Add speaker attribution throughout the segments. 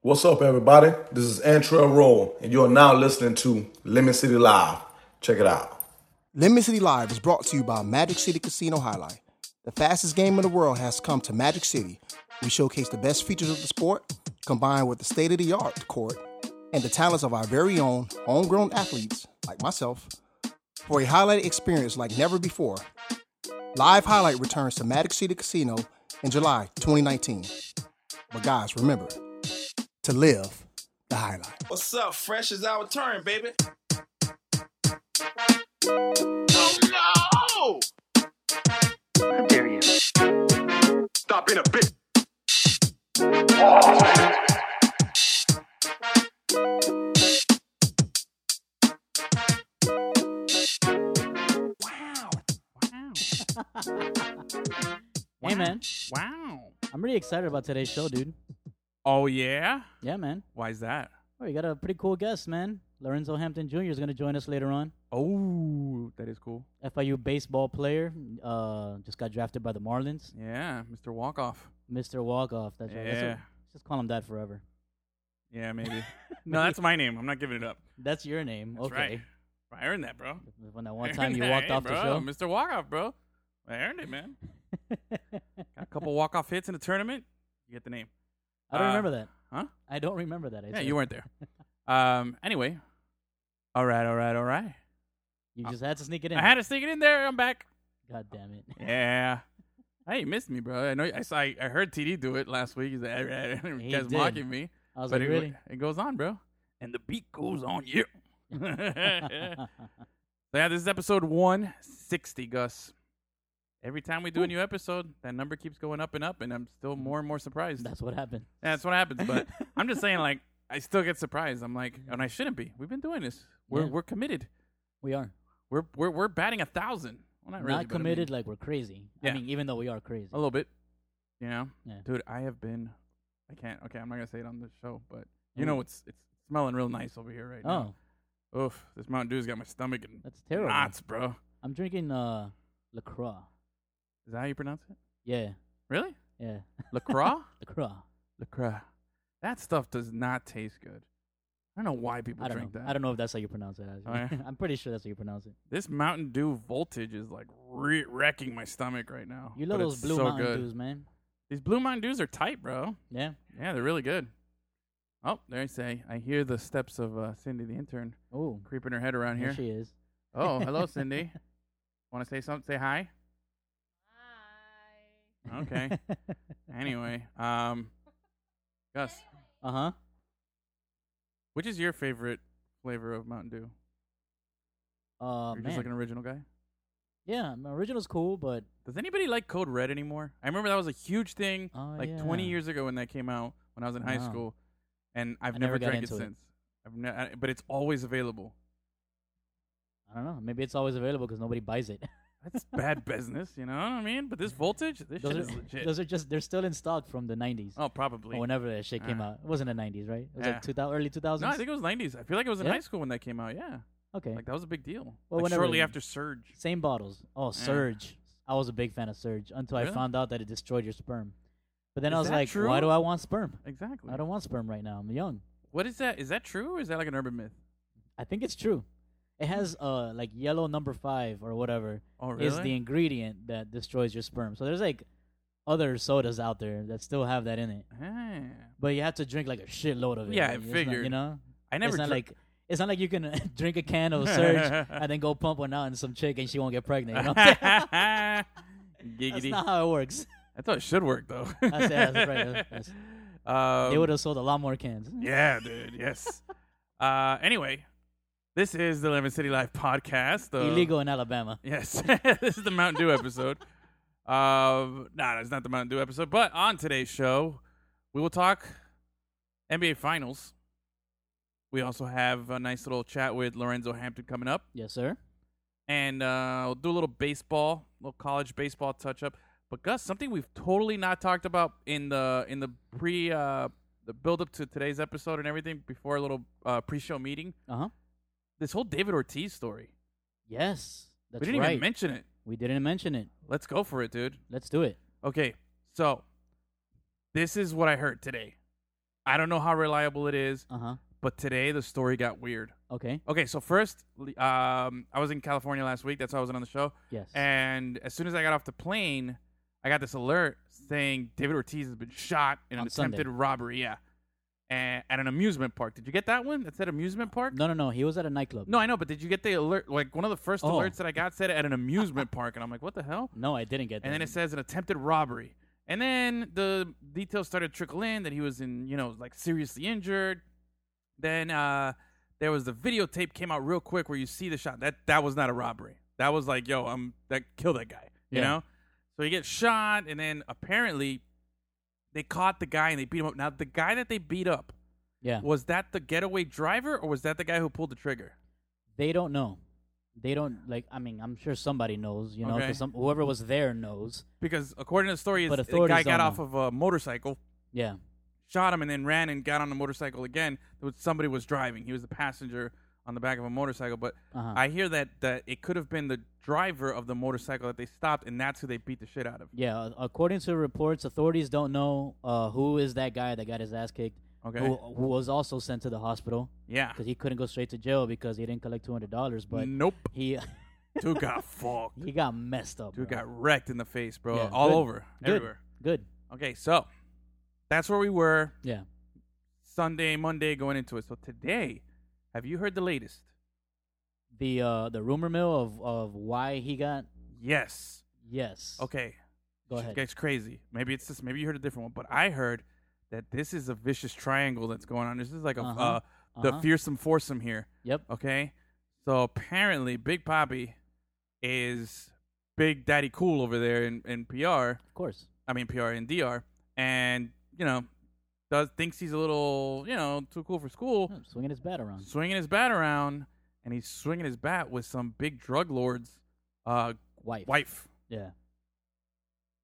Speaker 1: What's up, everybody? This is Antrell Roll, and you are now listening to Lemon City Live. Check it out.
Speaker 2: Lemon City Live is brought to you by Magic City Casino Highlight. The fastest game in the world has come to Magic City. We showcase the best features of the sport, combined with the state of the art court and the talents of our very own homegrown athletes, like myself, for a highlight experience like never before. Live Highlight returns to Magic City Casino in July 2019. But guys, remember to live the highlight.
Speaker 3: What's up? Fresh is our turn, baby. Oh
Speaker 4: How dare you?
Speaker 5: Stop being a bitch.
Speaker 6: Hey, man.
Speaker 7: Wow.
Speaker 6: I'm really excited about today's show, dude.
Speaker 7: Oh yeah?
Speaker 6: Yeah, man.
Speaker 7: Why is that?
Speaker 6: Oh, you got a pretty cool guest, man. Lorenzo Hampton Jr. is going to join us later on.
Speaker 7: Oh, that is cool.
Speaker 6: FIU baseball player, uh, just got drafted by the Marlins.
Speaker 7: Yeah, Mr. Walkoff.
Speaker 6: Mr. Walkoff. That's right. That's
Speaker 7: Yeah.
Speaker 6: what- just call him that forever.
Speaker 7: Yeah, maybe. no, that's my name. I'm not giving it up.
Speaker 6: That's your name.
Speaker 7: That's
Speaker 6: okay.
Speaker 7: right. I earned that, bro.
Speaker 6: When that one
Speaker 7: I
Speaker 6: time
Speaker 7: earned
Speaker 6: you
Speaker 7: that.
Speaker 6: walked
Speaker 7: Hey,
Speaker 6: off
Speaker 7: bro,
Speaker 6: the show.
Speaker 7: Mr. Walkoff, bro. I earned it, man. Got a couple walkoff hits in the tournament. You get the name.
Speaker 6: I don't
Speaker 7: Uh,
Speaker 6: remember that.
Speaker 7: Huh?
Speaker 6: I don't remember that. I
Speaker 7: Yeah,
Speaker 6: said.
Speaker 7: you weren't there. Um. Anyway. All right. All right. All right.
Speaker 6: You just had to sneak it in.
Speaker 7: I had to sneak it in there. I'm back.
Speaker 6: God damn it.
Speaker 7: Yeah. Hey, you missed me, bro. I know. I saw. I heard TD do it last week. He's like, you
Speaker 6: He
Speaker 7: guys
Speaker 6: did.
Speaker 7: mocking me.
Speaker 6: I was
Speaker 7: but
Speaker 6: like,
Speaker 7: it,
Speaker 6: really?
Speaker 7: it goes on, bro. And the beat goes on, yeah. so yeah, this is episode 160, Gus. Every time we do a new episode, that number keeps going up and up, and I'm still more and more surprised.
Speaker 6: Mm. That's what happened.
Speaker 7: That's what happens. But I'm just saying, like, I still get surprised. I'm like, and I shouldn't be. We've been doing this. We're
Speaker 6: Yeah.
Speaker 7: we're committed.
Speaker 6: We are.
Speaker 7: We're we're we're batting a thousand. Well, not really,
Speaker 6: Not
Speaker 7: but I mean,
Speaker 6: committed like we're crazy.
Speaker 7: Yeah. Oh,
Speaker 6: I mean, even though we are crazy.
Speaker 7: a little bit. You know,
Speaker 6: Yeah.
Speaker 7: dude, I have been. I can't. Okay, I'm not gonna say it on the show, but you know, it's it's smelling real nice over here right now.
Speaker 6: oh,
Speaker 7: Oof, this Mountain Dew's got my stomach in
Speaker 6: that's terrible.
Speaker 7: knots, bro.
Speaker 6: I'm drinking uh, LaCroix.
Speaker 7: Is that how you pronounce it?
Speaker 6: Yeah,
Speaker 7: Really?
Speaker 6: yeah.
Speaker 7: LaCroix?
Speaker 6: LaCroix.
Speaker 7: LaCroix. That stuff does not taste good. I don't know why people
Speaker 6: I don't know.
Speaker 7: drink that.
Speaker 6: I don't know if that's how you pronounce it.
Speaker 7: Oh,
Speaker 6: actually.
Speaker 7: yeah?
Speaker 6: I'm pretty sure that's how you pronounce it.
Speaker 7: This Mountain Dew voltage is like re- wrecking my stomach right now.
Speaker 6: You love
Speaker 7: but
Speaker 6: those
Speaker 7: it's
Speaker 6: blue
Speaker 7: so
Speaker 6: Mountain
Speaker 7: good.
Speaker 6: Dews, man.
Speaker 7: These blue Mountain Dews are tight, bro.
Speaker 6: Yeah.
Speaker 7: Yeah, they're really good. Oh, there I say. I hear the steps of uh, Cindy the intern
Speaker 6: Oh,
Speaker 7: creeping her head around
Speaker 6: here
Speaker 7: here.
Speaker 6: she is.
Speaker 7: Oh, hello, Cindy. Want to say something? Say hi. Okay. anyway, um, Gus,
Speaker 6: uh huh.
Speaker 7: which is your favorite flavor of Mountain Dew?
Speaker 6: Uh
Speaker 7: You're just like an
Speaker 6: Oh, man.
Speaker 7: original guy.
Speaker 6: Yeah, my original's cool, but
Speaker 7: Does anybody like Code Red anymore? I remember that was a huge thing,
Speaker 6: Oh,
Speaker 7: like 20
Speaker 6: yeah.
Speaker 7: years ago when that came out when I was in high
Speaker 6: Wow.
Speaker 7: school, and I've
Speaker 6: I
Speaker 7: never,
Speaker 6: never got
Speaker 7: drank it,
Speaker 6: into it.
Speaker 7: since. I've ne- I- but it's always available.
Speaker 6: I don't know. Maybe it's always available because nobody buys it.
Speaker 7: That's bad business, you know what I mean? But this voltage, this
Speaker 6: those,
Speaker 7: shit
Speaker 6: are,
Speaker 7: is legit.
Speaker 6: those are just they're still in stock from the 90s.
Speaker 7: oh, probably.
Speaker 6: Or whenever that shit came
Speaker 7: Uh.
Speaker 6: out. It wasn't the 90s, right? It was
Speaker 7: Yeah.
Speaker 6: like 2000, early 2000s.
Speaker 7: no, I think it was 90s. I feel like it was in
Speaker 6: Yeah?
Speaker 7: high school when that came out. Yeah,
Speaker 6: okay.
Speaker 7: like that was a big deal.
Speaker 6: Well,
Speaker 7: like
Speaker 6: whenever
Speaker 7: shortly
Speaker 6: it-
Speaker 7: after Surge.
Speaker 6: Same bottles. Oh, Surge. I was a big fan of Surge until I
Speaker 7: Mm. Really?
Speaker 6: found out that it destroyed your sperm. But then I
Speaker 7: Is
Speaker 6: was
Speaker 7: that
Speaker 6: like,
Speaker 7: true?
Speaker 6: why do I want sperm?
Speaker 7: Exactly.
Speaker 6: I don't want sperm right now. I'm young.
Speaker 7: What is that? Is that true or is that like an urban myth?
Speaker 6: I think it's true. It has uh like yellow number five or whatever
Speaker 7: Oh,
Speaker 6: is the ingredient that destroys your sperm. So there's like other sodas out there that still have that in it,
Speaker 7: Ah.
Speaker 6: but you have to drink like a shitload of it.
Speaker 7: Yeah, I
Speaker 6: Like, it's not-
Speaker 7: figured.
Speaker 6: you know,
Speaker 7: I never
Speaker 6: it's not
Speaker 7: dr-
Speaker 6: like it's not like you can drink a can of Surge and then go pump one out in some chick and she won't get pregnant. You know, that's
Speaker 7: Giggity.
Speaker 6: not how it works.
Speaker 7: I thought it should work though.
Speaker 6: That's- yeah, that's right, that's-
Speaker 7: Um,
Speaker 6: they would have sold a lot more cans.
Speaker 7: Yeah, dude. Yes. uh, anyway, this is the Lemon City Life podcast. The,
Speaker 6: Illegal in Alabama.
Speaker 7: Yes. this is the Mountain Dew episode. Um, nah, it's not the Mountain Dew episode. But on today's show, we will talk NBA Finals. We also have a nice little chat with Lorenzo Hampton coming up.
Speaker 6: Yes, sir.
Speaker 7: and uh, we'll do a little baseball, little college baseball touch up. But Gus, something we've totally not talked about in the in the pre uh, the build up to today's episode and everything before a little uh, pre show meeting.
Speaker 6: Uh huh.
Speaker 7: This whole David Ortiz story,
Speaker 6: Yes, that's
Speaker 7: we didn't
Speaker 6: right.
Speaker 7: even mention it.
Speaker 6: we didn't mention it.
Speaker 7: Let's go for it, dude.
Speaker 6: Let's do it.
Speaker 7: Okay, so this is what I heard today. I don't know how reliable it is,
Speaker 6: Uh huh.
Speaker 7: but today the story got weird.
Speaker 6: Okay.
Speaker 7: Okay, so first, le- um, I was in California last week. That's how I was on the show.
Speaker 6: Yes.
Speaker 7: And as soon as I got off the plane, I got this alert saying David Ortiz has been shot in an
Speaker 6: On Sunday.
Speaker 7: attempted robbery. Yeah, and, at an amusement park. Did you get that one? That said amusement park.
Speaker 6: no, no, no. He was at a nightclub.
Speaker 7: No, I know, but did you get the alert? Like one of the first
Speaker 6: Oh.
Speaker 7: alerts that I got said at an amusement park, and I'm like, what the hell?
Speaker 6: No, I didn't get that.
Speaker 7: And then it says an attempted robbery. And then the details started to trickle in that he was in, you know, like seriously injured. Then uh there was the videotape came out real quick where you see the shot. That that was not a robbery. That was like, yo, I'm that kill that guy. You
Speaker 6: Yeah.
Speaker 7: know? So he gets shot and then apparently they caught the guy and they beat him up. Now the guy that they beat up,
Speaker 6: yeah.
Speaker 7: was that the getaway driver or was that the guy who pulled the trigger?
Speaker 6: They don't know. They don't like. I mean, I'm sure somebody knows. You know, 'cause
Speaker 7: Okay.
Speaker 6: some, whoever was there knows.
Speaker 7: Because according to the story,
Speaker 6: But
Speaker 7: it's- the
Speaker 6: authorities
Speaker 7: guy got
Speaker 6: don't
Speaker 7: off
Speaker 6: know.
Speaker 7: of a motorcycle
Speaker 6: Yeah.
Speaker 7: shot him and then ran and got on the motorcycle again. There was- Somebody was driving. He was the passenger on the back of a motorcycle. But
Speaker 6: Uh-huh.
Speaker 7: I hear that, that it could have been the driver of the motorcycle that they stopped, and that's who they beat the shit out of.
Speaker 6: Yeah, uh, according to reports, authorities don't know uh, who is that guy that got his ass kicked.
Speaker 7: Okay.
Speaker 6: Who, who was also sent to the hospital
Speaker 7: Yeah.
Speaker 6: because he couldn't go straight to jail because he didn't collect two hundred dollars. But
Speaker 7: nope.
Speaker 6: he
Speaker 7: Dude got fucked.
Speaker 6: he got messed up.
Speaker 7: Dude
Speaker 6: bro.
Speaker 7: got wrecked in the face, bro.
Speaker 6: Yeah,
Speaker 7: All
Speaker 6: good.
Speaker 7: over.
Speaker 6: Good.
Speaker 7: Everywhere.
Speaker 6: good.
Speaker 7: Okay, so that's where we were
Speaker 6: Yeah.
Speaker 7: Sunday, Monday going into it. So today, have you heard the latest?
Speaker 6: The uh the rumor mill of of why he got
Speaker 7: Yes.
Speaker 6: yes.
Speaker 7: Okay.
Speaker 6: Go
Speaker 7: Shit
Speaker 6: ahead.
Speaker 7: Gets crazy. Maybe it's this. Maybe you heard a different one, but I heard that this is a vicious triangle that's going on. This is like a uh
Speaker 6: Uh-huh.
Speaker 7: the
Speaker 6: Uh-huh.
Speaker 7: fearsome foursome here.
Speaker 6: Yep.
Speaker 7: Okay, so apparently Big Poppy is Big Daddy Cool over there in, in PR.
Speaker 6: Of course.
Speaker 7: I mean PR and DR, and you know does thinks he's a little you know too cool for school,
Speaker 6: Yeah, swinging his bat around.
Speaker 7: swinging his bat around, and he's swinging his bat with some big drug lord's uh,
Speaker 6: Wife.
Speaker 7: wife,
Speaker 6: Yeah.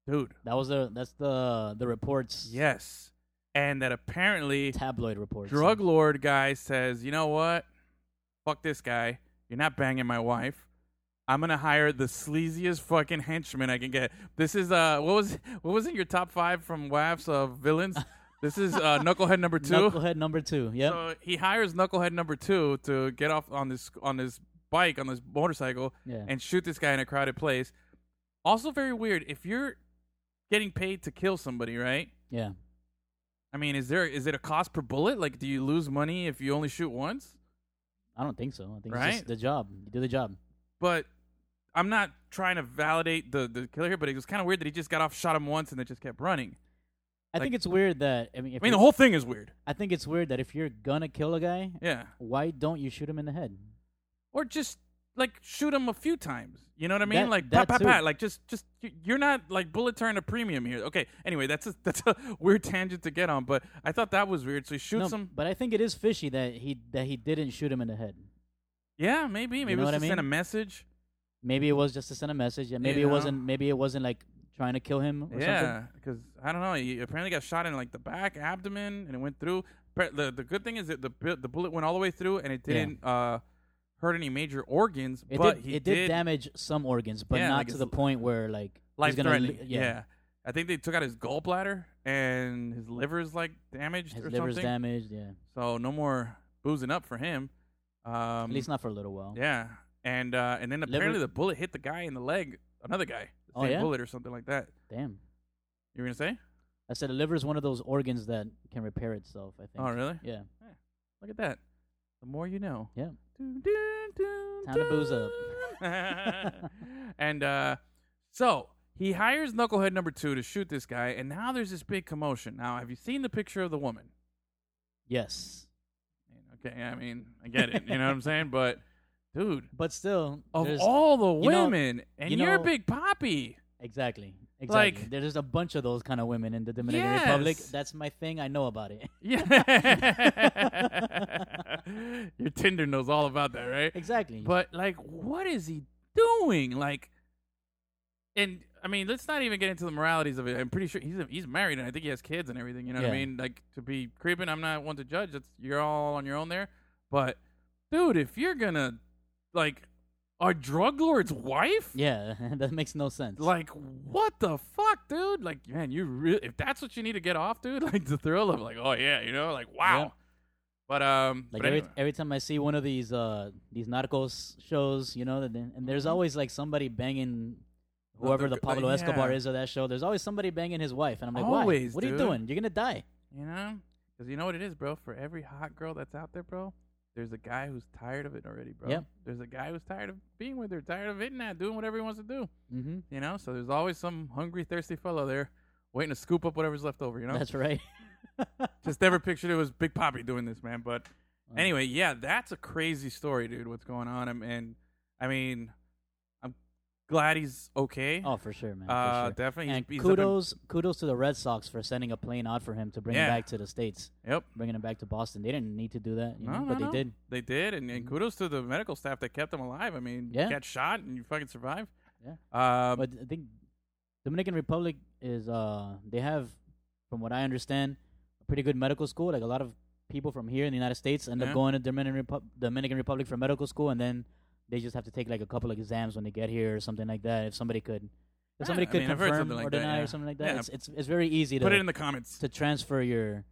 Speaker 7: dude.
Speaker 6: That was the that's the the reports.
Speaker 7: Yes. And that apparently
Speaker 6: Tabloid reports.
Speaker 7: drug lord guy says, "You know what? Fuck this guy. You're not banging my wife. I'm going to hire the sleaziest fucking henchman I can get." This is uh what was what was in your top 5 from WAF's of villains? This is uh knucklehead number 2.
Speaker 6: Knucklehead number two. Yep.
Speaker 7: So he hires knucklehead number 2 to get off on this on this bike on this motorcycle
Speaker 6: Yeah.
Speaker 7: and shoot this guy in a crowded place. Also very weird if you're getting paid to kill somebody, right?
Speaker 6: yeah.
Speaker 7: I mean, is there is it a cost per bullet? Like, do you lose money if you only shoot once?
Speaker 6: I don't think so. I think it's
Speaker 7: Right?
Speaker 6: just the job. You do the job.
Speaker 7: But I'm not trying to validate the the killer here, but it was kind of weird that he just got off, shot him once, and then just kept running.
Speaker 6: I
Speaker 7: Like-
Speaker 6: think it's weird that I mean, if
Speaker 7: I mean, the
Speaker 6: you-
Speaker 7: whole thing is weird.
Speaker 6: I think it's weird that if you're gonna kill a guy,
Speaker 7: Yeah,
Speaker 6: why don't you shoot him in the head?
Speaker 7: or just like shoot him a few times. You know what I mean?
Speaker 6: That-
Speaker 7: like pat
Speaker 6: that
Speaker 7: pat
Speaker 6: too.
Speaker 7: pat. Like just just you- you're not like bullets are in a premium here. Okay. Anyway, that's a that's a weird tangent to get on, but I thought that was weird. So he shoots
Speaker 6: no,
Speaker 7: him.
Speaker 6: but I think it is fishy that he that he didn't shoot him in the head.
Speaker 7: Yeah, maybe maybe
Speaker 6: know
Speaker 7: it was
Speaker 6: what I
Speaker 7: to send a
Speaker 6: mean?
Speaker 7: message.
Speaker 6: Maybe it was just to send a message, and maybe
Speaker 7: You
Speaker 6: it
Speaker 7: know?
Speaker 6: wasn't. Maybe it wasn't like trying to kill him or
Speaker 7: yeah,
Speaker 6: something.
Speaker 7: because I don't know. He apparently got shot in like the back, abdomen, and it went through. But the the good thing is that the bu- the bullet went all the way through, and it
Speaker 6: Yeah.
Speaker 7: didn't uh, hurt any major organs.
Speaker 6: It
Speaker 7: but
Speaker 6: did.
Speaker 7: he
Speaker 6: It did, damage some organs, but
Speaker 7: Yeah,
Speaker 6: not
Speaker 7: like
Speaker 6: to
Speaker 7: it's
Speaker 6: the
Speaker 7: li-
Speaker 6: point where like he's
Speaker 7: life
Speaker 6: gonna.
Speaker 7: threatening.
Speaker 6: li-
Speaker 7: yeah. I think they took out his gallbladder, and his liver is like damaged
Speaker 6: his
Speaker 7: or
Speaker 6: liver's
Speaker 7: something.
Speaker 6: damaged. Yeah,
Speaker 7: so no more boozing up for him. Um,
Speaker 6: at least not for a little while.
Speaker 7: Yeah, and uh, and then
Speaker 6: Liver-
Speaker 7: apparently the bullet hit the guy in the leg, another guy, the
Speaker 6: Oh,
Speaker 7: same
Speaker 6: yeah?
Speaker 7: bullet or something like that.
Speaker 6: Damn.
Speaker 7: You were gonna say?
Speaker 6: I said the liver is one of those organs that can repair itself. I think.
Speaker 7: Oh, really?
Speaker 6: Yeah.
Speaker 7: Look at that. The more you know.
Speaker 6: Yeah.
Speaker 7: Dun, dun, dun,
Speaker 6: Time to booze up.
Speaker 7: dun. and uh, so he hires Knucklehead number two to shoot this guy, and now there's this big commotion. Now, have you seen the picture of the woman?
Speaker 6: Yes.
Speaker 7: Okay, I mean, I get it. You know what I'm saying? But, dude,
Speaker 6: But still,
Speaker 7: of
Speaker 6: there's-
Speaker 7: all the
Speaker 6: you know-
Speaker 7: women, and
Speaker 6: you
Speaker 7: you are
Speaker 6: know-
Speaker 7: Big Poppy.
Speaker 6: Exactly. Exactly.
Speaker 7: Like-
Speaker 6: There's just a bunch of those kind of women in the Dominican Republic.
Speaker 7: Yes.
Speaker 6: That's my thing. I know about it.
Speaker 7: Yeah. Your Tinder knows all about that, right?
Speaker 6: exactly.
Speaker 7: But like, what is he doing? Like, and I mean, let's not even get into the moralities of it. I'm pretty sure he's he's married and I think he has kids and everything. You know what I
Speaker 6: Yeah.
Speaker 7: mean? Like to be creeping, I'm not one to judge. That's you're all on your own there. But dude, if you're gonna like a drug lord's wife?
Speaker 6: Yeah, that makes no sense.
Speaker 7: Like what the fuck, dude? Like man, you really if that's what you need to get off, dude, like the thrill of like, oh yeah, you know, like wow.
Speaker 6: Yeah.
Speaker 7: But um
Speaker 6: Like
Speaker 7: but
Speaker 6: every
Speaker 7: anyway.
Speaker 6: every time I see one of these uh these narcos shows, you know, that they- and
Speaker 7: Mm-hmm.
Speaker 6: there's always like somebody banging whoever
Speaker 7: the
Speaker 6: the,
Speaker 7: g- like,
Speaker 6: Pablo Escobar
Speaker 7: yeah.
Speaker 6: is of that show. There's always somebody banging his wife, and I'm like,
Speaker 7: Always,
Speaker 6: why? What are you
Speaker 7: dude.
Speaker 6: doing? You're gonna die.
Speaker 7: You know? Because you know what it is, bro? For every hot girl that's out there, bro, there's a guy who's tired of it already, bro.
Speaker 6: Yep.
Speaker 7: There's a guy who's tired of being with her, tired of hitting that, doing whatever he wants to do.
Speaker 6: Mm-hmm.
Speaker 7: You know? So there's always some hungry, thirsty fellow there waiting to scoop up whatever's left over, you know?
Speaker 6: That's right.
Speaker 7: Just never pictured it was Big Poppy doing this, man. But anyway, yeah, that's a crazy story, dude, what's going on. And, and I mean, I'm glad he's okay.
Speaker 6: Oh, for sure, man. for
Speaker 7: Uh,
Speaker 6: sure.
Speaker 7: definitely.
Speaker 6: And
Speaker 7: He's- he's up in-
Speaker 6: kudos, kudos to the Red Sox for sending a plane out for him to bring
Speaker 7: Yeah.
Speaker 6: him back to the states,
Speaker 7: Yep.
Speaker 6: bringing him back to Boston. They didn't need to do that, you
Speaker 7: No,
Speaker 6: know,
Speaker 7: no,
Speaker 6: but
Speaker 7: no.
Speaker 6: they did.
Speaker 7: They did, and, and kudos to the medical staff that kept him alive. I mean, you
Speaker 6: Mm-hmm. Yeah.
Speaker 7: got shot and you fucking survived.
Speaker 6: Yeah.
Speaker 7: Um,
Speaker 6: but I think Dominican Republic is uh they have, from what I understand, a pretty good medical school. Like a lot of people from here in the United States end
Speaker 7: Yeah.
Speaker 6: up going to Dominican Repu- Dominican Republic for medical school, and then they just have to take like a couple of exams when they get here or something like that. If somebody could,
Speaker 7: Yeah,
Speaker 6: if somebody
Speaker 7: I
Speaker 6: could
Speaker 7: mean, I've heard
Speaker 6: confirm
Speaker 7: something like
Speaker 6: or
Speaker 7: that,
Speaker 6: deny
Speaker 7: yeah.
Speaker 6: or something like that,
Speaker 7: Yeah.
Speaker 6: it's, it's it's very easy to
Speaker 7: put it in the comments.
Speaker 6: to transfer your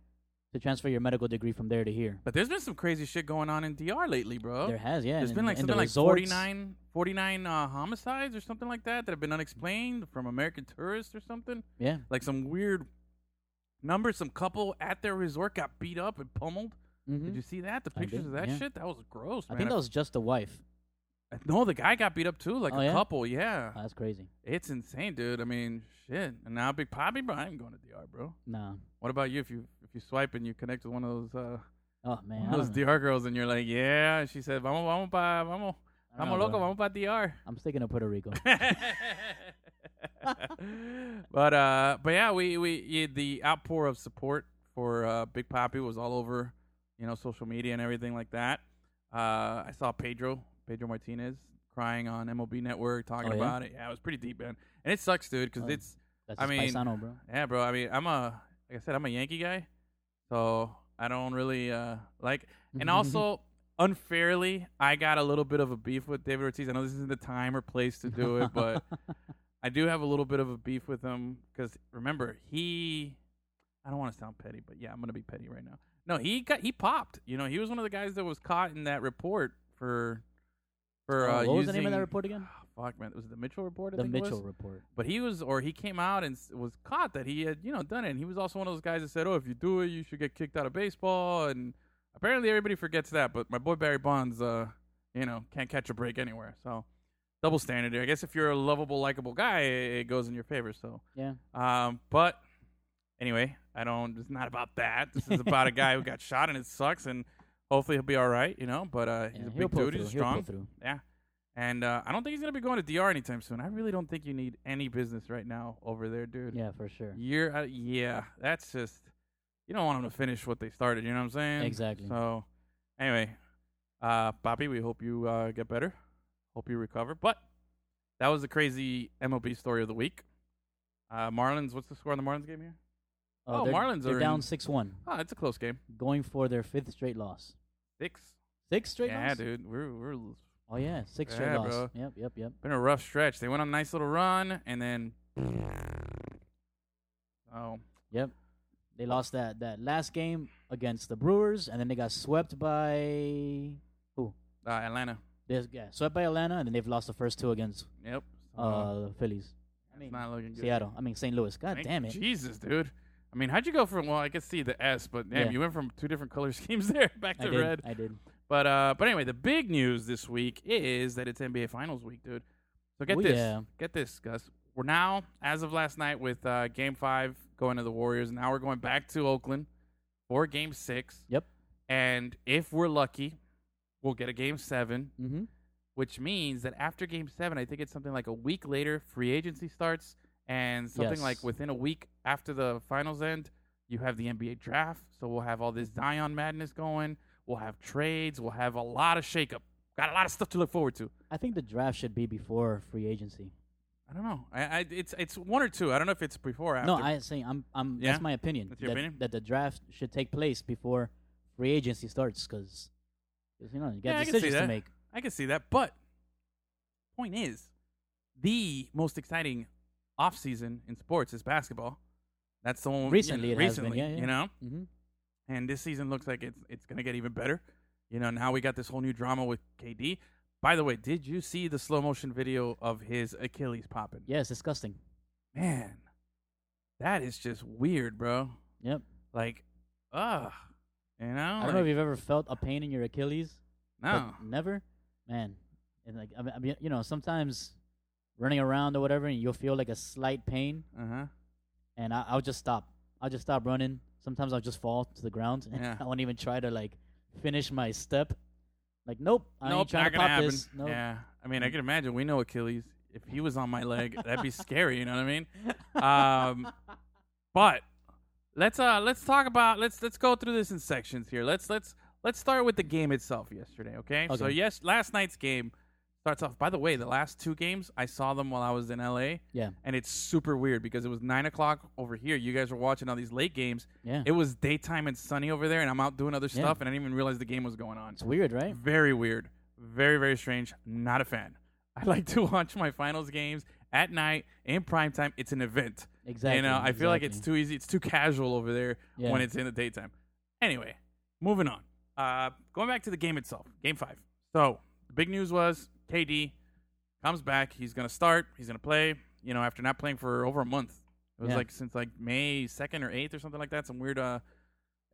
Speaker 6: to transfer your medical degree from there to here.
Speaker 7: But there's been some crazy shit going on in DR lately, bro.
Speaker 6: There has, yeah.
Speaker 7: Oh. There's
Speaker 6: and
Speaker 7: been
Speaker 6: in-
Speaker 7: like
Speaker 6: in the
Speaker 7: something like
Speaker 6: resorts.
Speaker 7: 49, 49 uh, homicides or something like that that have been unexplained from American tourists or something.
Speaker 6: Yeah,
Speaker 7: Like some weird number. Some couple at their resort got beat up and pummeled.
Speaker 6: hmm
Speaker 7: Did you see that? The
Speaker 6: I
Speaker 7: pictures
Speaker 6: did,
Speaker 7: of that
Speaker 6: yeah.
Speaker 7: shit? That was gross,
Speaker 6: I
Speaker 7: man.
Speaker 6: think that was just the wife.
Speaker 7: no, the guy got beat up too, like
Speaker 6: Oh,
Speaker 7: a
Speaker 6: yeah?
Speaker 7: couple, yeah.
Speaker 6: Oh, that's crazy.
Speaker 7: It's insane, dude. I mean, shit. And now Big Poppy, bro, I ain't going to DR, bro.
Speaker 6: Nah.
Speaker 7: What about you? If you if you swipe and you connect with one of those uh,
Speaker 6: Oh man,
Speaker 7: one
Speaker 6: I
Speaker 7: of those
Speaker 6: don't know.
Speaker 7: DR girls, and you're like, yeah, she said, vamos, vamos pa, vamos,
Speaker 6: I don't
Speaker 7: vamos
Speaker 6: know,
Speaker 7: loco,
Speaker 6: bro.
Speaker 7: vamos pa DR.
Speaker 6: I'm sticking to Puerto Rico.
Speaker 7: but uh, but yeah, we we yeah, the outpour of support for uh, Big Poppy was all over, you know, social media and everything like that. Uh, I saw Pedro Pedro Martinez crying on MLB Network talking
Speaker 6: Oh, yeah?
Speaker 7: about it. Yeah, it was pretty deep, man, and it sucks, dude, because
Speaker 6: Oh.
Speaker 7: it's
Speaker 6: That's
Speaker 7: I
Speaker 6: his
Speaker 7: mean,
Speaker 6: paisano, bro.
Speaker 7: Yeah, bro. I mean, I'm a like I said, I'm a Yankee guy, so I don't really uh like.
Speaker 6: Mm-hmm,
Speaker 7: And also, unfairly, I got a little bit of a beef with David Ortiz. I know this isn't the time or place to do it, but I do have a little bit of a beef with him because remember he. I don't want to sound petty, but yeah, I'm gonna be petty right now. No, he got he popped. You know, he was one of the guys that was caught in that report for for
Speaker 6: Oh,
Speaker 7: uh,
Speaker 6: what was the name of
Speaker 7: using- Ah,
Speaker 6: that report again?
Speaker 7: Fuck man, was it the Mitchell report? I
Speaker 6: The
Speaker 7: think it was?
Speaker 6: Mitchell report.
Speaker 7: But he was, or he came out and s- was caught that he had, you know, done it. And he was also one of those guys that said, "Oh, if you do it, you should get kicked out of baseball." And apparently, everybody forgets that. But my boy Barry Bonds, uh, you know, can't catch a break anywhere. So double standard there. I guess if you're a lovable, likable guy, it it goes in your favor. So,
Speaker 6: Yeah.
Speaker 7: um, but anyway, I don't. It's not about that. This is about a guy who got shot, and it sucks. And hopefully, he'll be all right. You know, but uh, he's
Speaker 6: Yeah,
Speaker 7: a
Speaker 6: he'll
Speaker 7: big
Speaker 6: pull
Speaker 7: dude. He's
Speaker 6: through, he'll
Speaker 7: strong.
Speaker 6: pull through.
Speaker 7: Yeah. And uh, I don't think he's gonna be going to DR anytime soon. I really don't think you need any business right now over there, dude.
Speaker 6: Yeah, for sure.
Speaker 7: You're, uh, yeah, that's just you don't want them to finish what they started. You know what I'm saying?
Speaker 6: Exactly.
Speaker 7: So, anyway, uh, Bobby, we hope you uh, get better. Hope you recover. But that was the crazy MLB story of the week. Uh, Marlins, what's the score on the Marlins game here? Oh,
Speaker 6: they're,
Speaker 7: Marlins
Speaker 6: they're
Speaker 7: are
Speaker 6: down
Speaker 7: in-
Speaker 6: six one,
Speaker 7: Oh, it's a close game.
Speaker 6: going for their fifth straight loss.
Speaker 7: Six.
Speaker 6: Six straight
Speaker 7: yeah,
Speaker 6: loss.
Speaker 7: dude, we're we're
Speaker 6: Oh yeah, six straight
Speaker 7: Yeah,
Speaker 6: loss.
Speaker 7: bro.
Speaker 6: Yep, yep, yep.
Speaker 7: been a rough stretch. They went on a nice little run, and then oh,
Speaker 6: Yep. They lost that that last game against the Brewers, and then they got swept by who?
Speaker 7: uh, Atlanta.
Speaker 6: They yeah, swept by Atlanta, and then they've lost the first two against
Speaker 7: Yep. So,
Speaker 6: uh, the Phillies. I
Speaker 7: it's
Speaker 6: mean,
Speaker 7: not looking good.
Speaker 6: Seattle. I mean, St. Louis. God
Speaker 7: Thank
Speaker 6: damn it.
Speaker 7: Jesus, dude. I mean, how'd you go from? Well, I could see the S, but damn,
Speaker 6: Yeah.
Speaker 7: you went from two different color schemes there back
Speaker 6: I
Speaker 7: to
Speaker 6: did.
Speaker 7: red.
Speaker 6: I did.
Speaker 7: But uh, but anyway, the big news this week is that it's NBA Finals week, dude. So get
Speaker 6: Oh,
Speaker 7: this,
Speaker 6: yeah.
Speaker 7: get this, Gus. We're now, as of last night, with uh, Game Five going to the Warriors. Now we're going back to Oakland for Game Six.
Speaker 6: Yep.
Speaker 7: And if we're lucky, we'll get a Game Seven,
Speaker 6: Mm-hmm.
Speaker 7: which means that after Game Seven, I think it's something like a week later, free agency starts, and something
Speaker 6: Yes.
Speaker 7: like within a week after the finals end, you have the NBA draft. So we'll have all this Zion madness going. We'll have trades. We'll have a lot of shakeup. Got a lot of stuff to look forward to.
Speaker 6: I think the draft should be before free agency.
Speaker 7: I don't know. I, I it's it's one or two. I don't know if it's before or after.
Speaker 6: No, I'm saying I'm. I'm.
Speaker 7: Yeah?
Speaker 6: That's my opinion.
Speaker 7: That's your
Speaker 6: that,
Speaker 7: opinion?
Speaker 6: That the draft should take place before free agency starts, because you know you got
Speaker 7: Yeah, I can see
Speaker 6: decisions
Speaker 7: that.
Speaker 6: to make.
Speaker 7: I can see that, but point is, the most exciting offseason in sports is basketball. That's the one
Speaker 6: Recently
Speaker 7: you
Speaker 6: it
Speaker 7: know,
Speaker 6: has been,
Speaker 7: recently,
Speaker 6: yeah, yeah.
Speaker 7: you know.
Speaker 6: Mm-hmm.
Speaker 7: And this season looks like it's it's gonna get even better. You know, now we got this whole new drama with KD. By the way, did you see the slow motion video of his Achilles popping?
Speaker 6: Yeah, it's disgusting.
Speaker 7: Man, that is just weird, bro.
Speaker 6: Yep.
Speaker 7: Like, ugh. You know?
Speaker 6: I don't know if you've ever felt a pain in your Achilles. but
Speaker 7: no.
Speaker 6: never, man. And like I mean, I mean, you know, sometimes running around or whatever, and you'll feel like a slight pain,
Speaker 7: Uh huh.
Speaker 6: and I, I'll just stop. I'll just stop running. Sometimes I'll just fall to the ground, and
Speaker 7: Yeah.
Speaker 6: I won't even try to like finish my step. Like, nope, I
Speaker 7: nope,
Speaker 6: ain't trying
Speaker 7: not
Speaker 6: to
Speaker 7: gonna
Speaker 6: pop
Speaker 7: happen.
Speaker 6: this. Nope.
Speaker 7: Yeah, I mean, I can imagine. We know Achilles. If he was on my leg, that'd be scary. You know what I mean? Um, but let's uh let's talk about let's let's go through this in sections here. Let's let's let's start with the game itself yesterday. Okay. So
Speaker 6: Okay.
Speaker 7: yes, last night's game starts off. By the way, the last two games I saw them while I was in LA.
Speaker 6: Yeah.
Speaker 7: And it's super weird because it was nine o'clock over here. You guys were watching all these late games.
Speaker 6: Yeah.
Speaker 7: It was daytime and sunny over there, and I'm out doing other
Speaker 6: Yeah.
Speaker 7: stuff, and I didn't even realize the game was going on.
Speaker 6: It's weird, right?
Speaker 7: Very weird. Very, very strange. Not a fan. I like to watch my finals games at night in prime time. It's an event.
Speaker 6: Exactly.
Speaker 7: You know, I feel like it's
Speaker 6: exactly.
Speaker 7: too easy. It's too casual over there
Speaker 6: Yeah.
Speaker 7: when it's in the daytime. Anyway, moving on. Uh, going back to the game itself, game five. So, the big news was KD comes back. He's going to start. He's going to play, you know, after not playing for over a month. It was
Speaker 6: Yeah.
Speaker 7: like since like May 2nd or 8th or something like that. Some weird uh,
Speaker 6: Yeah,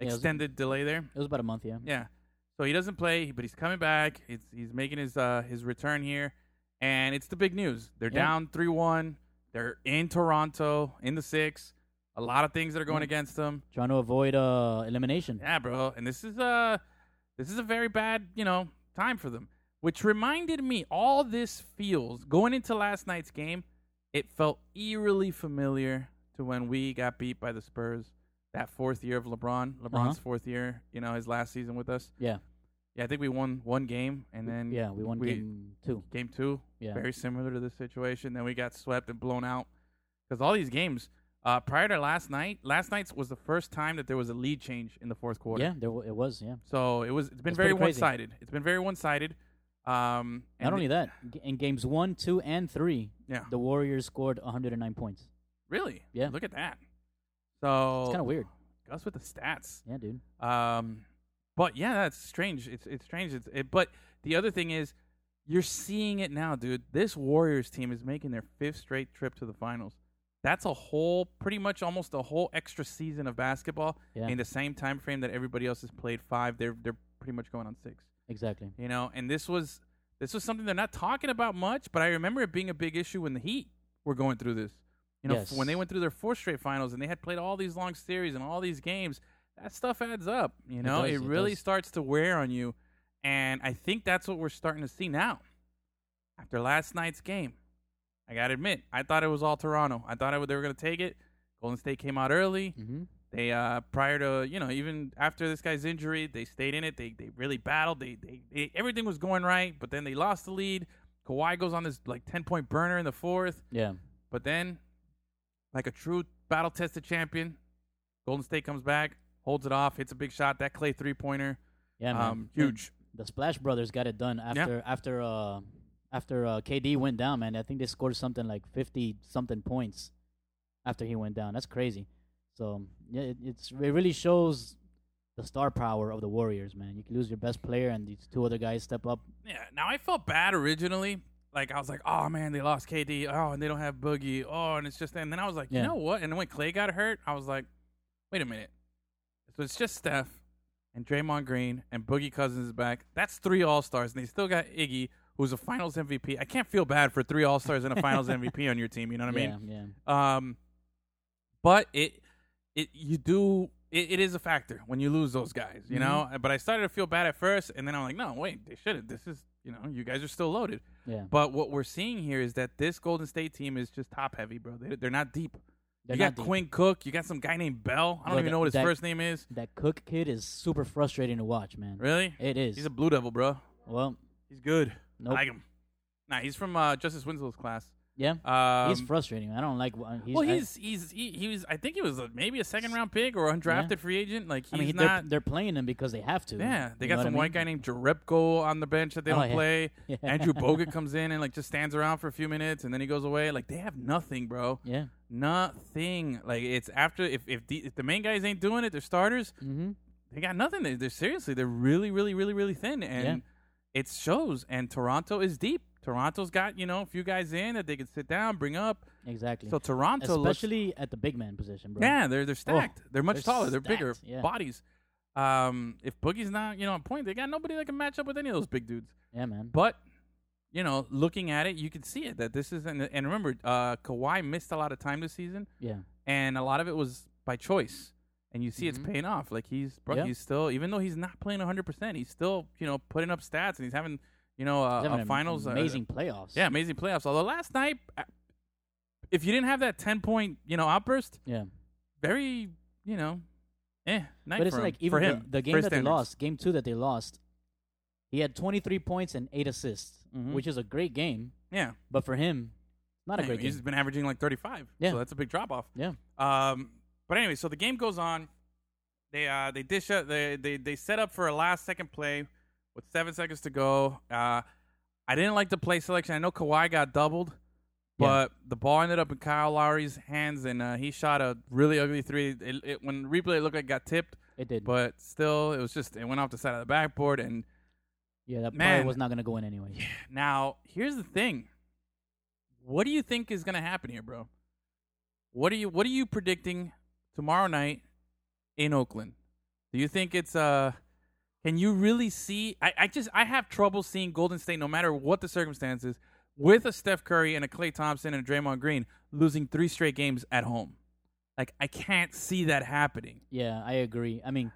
Speaker 6: it was-
Speaker 7: extended delay there.
Speaker 6: It was about a month, yeah.
Speaker 7: Yeah. So he doesn't play, but he's coming back. He's he's making his uh his return here, and it's the big news. They're
Speaker 6: Yeah.
Speaker 7: down three one. They're in Toronto in the six. A lot of things that are going against them.
Speaker 6: Trying to avoid uh elimination.
Speaker 7: Yeah, bro. And this is uh this is a very bad you know time for them. Which reminded me, all this feels going into last night's game. It felt eerily familiar to when we got beat by the Spurs that fourth year of LeBron. LeBron's fourth year, you know, his last season with us.
Speaker 6: Yeah.
Speaker 7: Yeah, I think we won one game, and then
Speaker 6: Yeah, we won game two.
Speaker 7: game two.
Speaker 6: Yeah.
Speaker 7: very similar to this situation. Then we got swept and blown out because all these games uh, prior to last night. Last night's was the first time that there was a lead change in the fourth quarter.
Speaker 6: Yeah, there w- it was, yeah.
Speaker 7: so it was. It's been
Speaker 6: That's
Speaker 7: very
Speaker 6: pretty
Speaker 7: one
Speaker 6: crazy.
Speaker 7: sided. It's been very one sided. Um, and
Speaker 6: Not only
Speaker 7: the-
Speaker 6: that, g- in games one, two, and three,
Speaker 7: Yeah.
Speaker 6: the Warriors scored 109 points.
Speaker 7: Really?
Speaker 6: Yeah.
Speaker 7: Look at that. So
Speaker 6: It's kind of weird.
Speaker 7: Gus with the stats.
Speaker 6: Yeah, dude.
Speaker 7: Um, but yeah, that's strange. It's it's strange. It's it, but the other thing is, you're seeing it now, dude. This Warriors team is making their fifth straight trip to the finals. That's a whole, pretty much almost a whole extra season of basketball
Speaker 6: Yeah.
Speaker 7: in the same time frame that everybody else has played five. They're they're pretty much going on six.
Speaker 6: Exactly.
Speaker 7: You know, and this was this was something they're not talking about much, but I remember it being a big issue when the Heat were going through this. You know, f- when they
Speaker 6: Yes.
Speaker 7: went through their four straight finals and they had played all these long series and all these games, that stuff adds up. You know,
Speaker 6: does,
Speaker 7: it,
Speaker 6: it
Speaker 7: really
Speaker 6: does.
Speaker 7: starts to wear on you, and I think that's what we're starting to see now. After last night's game, I gotta admit, I thought it was all Toronto. I thought it, they were gonna take it. Golden State came out early.
Speaker 6: Mm-hmm.
Speaker 7: They uh prior to you know even after this guy's injury, they stayed in it. They they really battled. They they, they everything was going right, but then they lost the lead. Kawhi goes on this like ten point burner in the fourth,
Speaker 6: Yeah.
Speaker 7: but then like a true battle tested champion, Golden State comes back, holds it off, hits a big shot. That Clay three pointer,
Speaker 6: Yeah, man.
Speaker 7: um,
Speaker 6: Yeah,
Speaker 7: huge.
Speaker 6: The Splash Brothers got it done after after uh after uh, KD went down, man. I think they scored something like 50 something points after he went down. That's crazy. So, yeah, it, it's it really shows the star power of the Warriors, man. You can lose your best player and these two other guys step up.
Speaker 7: Yeah. Now I felt bad originally. Like I was like, oh man, they lost KD. Oh, and they don't have Boogie. Oh, and it's just. And then I was like,
Speaker 6: Yeah.
Speaker 7: you know what? And then when Clay got hurt, I was like, wait a minute. So it's just Steph and Draymond Green and Boogie Cousins is back. That's three All Stars, and they still got Iggy, who's a Finals MVP. I can't feel bad for three All Stars and a Finals MVP on your team. You know what I mean?
Speaker 6: yeah, yeah.
Speaker 7: Um, but it, it you do it, it is a factor when you lose those guys, you
Speaker 6: Mm-hmm.
Speaker 7: know. But I started to feel bad at first, and then I'm like, no, wait, they shouldn't. This is you know, you guys are still loaded.
Speaker 6: Yeah.
Speaker 7: But what we're seeing here is that this Golden State team is just top heavy, bro. They, they're not deep.
Speaker 6: They're
Speaker 7: you got
Speaker 6: not deep.
Speaker 7: Quinn Cook. You got some guy named Bell. I don't
Speaker 6: Bro,
Speaker 7: even
Speaker 6: that-
Speaker 7: know what his
Speaker 6: that-
Speaker 7: first name is.
Speaker 6: That Cook kid is super frustrating to watch, man.
Speaker 7: Really?
Speaker 6: It is.
Speaker 7: He's a Blue Devil, bro.
Speaker 6: well,
Speaker 7: He's good. I
Speaker 6: Nope.
Speaker 7: like him. Nah, he's from uh, Justice Winslow's class.
Speaker 6: Yeah,
Speaker 7: Um,
Speaker 6: he's frustrating. I don't like. wh- He's,
Speaker 7: well,
Speaker 6: I-
Speaker 7: he's he's he, he was. I think he was a, maybe a second round pick or undrafted free agent. Like he's
Speaker 6: I mean, he-
Speaker 7: not.
Speaker 6: they're, they're playing him because they have to.
Speaker 7: yeah, they
Speaker 6: You
Speaker 7: got
Speaker 6: know what
Speaker 7: some
Speaker 6: I mean?
Speaker 7: white guy named Jarebko on the bench that they
Speaker 6: Oh,
Speaker 7: don't
Speaker 6: yeah.
Speaker 7: play.
Speaker 6: Yeah.
Speaker 7: Andrew Bogut comes in and like just stands around for a few minutes and then he goes away. Like they have nothing, bro.
Speaker 6: Yeah.
Speaker 7: Nothing. Like it's after if if the, if the main guys ain't doing it, their starters,
Speaker 6: Mm-hmm.
Speaker 7: they got nothing. They, they're seriously, they're really, really, really, really thin, and it shows. And Toronto is deep. Toronto's got you know a few guys in that they can sit down, bring up.
Speaker 6: Exactly.
Speaker 7: So Toronto, looks-
Speaker 6: especially at the big man position, bro.
Speaker 7: yeah, they're they're stacked. they're much
Speaker 6: they're
Speaker 7: taller. They're bigger
Speaker 6: stacked, yeah.
Speaker 7: bodies. Um, if Boogie's not you know on point, they got nobody that can match up with any of those big dudes.
Speaker 6: yeah, man.
Speaker 7: But you know, looking at it, you can see it that this is and, and remember, uh, Kawhi missed a lot of time this season
Speaker 6: yeah,
Speaker 7: and a lot of it was by choice. And you see it's paying off. Like he's bro,
Speaker 6: Mm-hmm. Yeah.
Speaker 7: he's still even though he's not playing 100, percent he's still you know putting up stats and he's having you know uh,
Speaker 6: He's having
Speaker 7: a
Speaker 6: an
Speaker 7: finals uh,
Speaker 6: amazing playoffs.
Speaker 7: yeah, amazing playoffs. Although last night, uh, if you didn't have that 10 point you know outburst,
Speaker 6: yeah.
Speaker 7: very you know, eh, night
Speaker 6: But it's
Speaker 7: for him,
Speaker 6: like
Speaker 7: for
Speaker 6: even the,
Speaker 7: him,
Speaker 6: the game
Speaker 7: for
Speaker 6: that
Speaker 7: his
Speaker 6: they
Speaker 7: standards.
Speaker 6: lost, game two that they lost, he had 23 points and eight assists,
Speaker 7: Mhm.
Speaker 6: which is a great game.
Speaker 7: Yeah,
Speaker 6: But for him, not a
Speaker 7: Yeah,
Speaker 6: great
Speaker 7: he's
Speaker 6: game.
Speaker 7: been averaging like 35.
Speaker 6: Yeah.
Speaker 7: so that's a big drop off.
Speaker 6: Yeah,
Speaker 7: Um, but anyway, so the game goes on. They uh, they dish up, they, they they set up for a last second play with seven seconds to go. Uh, I didn't like the play selection. I know Kawhi got doubled, but the ball ended up in Kyle Lowry's hands, and uh, he shot a really ugly three. It, it, when replay, it looked like it got tipped,
Speaker 6: it did.
Speaker 7: but still, it was just it went off the side of the backboard. And
Speaker 6: yeah, that
Speaker 7: man.
Speaker 6: probably was not going to go in anyway.
Speaker 7: now here's the thing: what do you think is going to happen here, bro? What are you What are you predicting tomorrow night in Oakland? Do you think it's uh? Can you really see? I, I just I have trouble seeing Golden State, no matter what the circumstances, with a Steph Curry and a Klay Thompson and a Draymond Green losing three straight games at home. Like I can't see that happening.
Speaker 6: Yeah, I agree. I mean,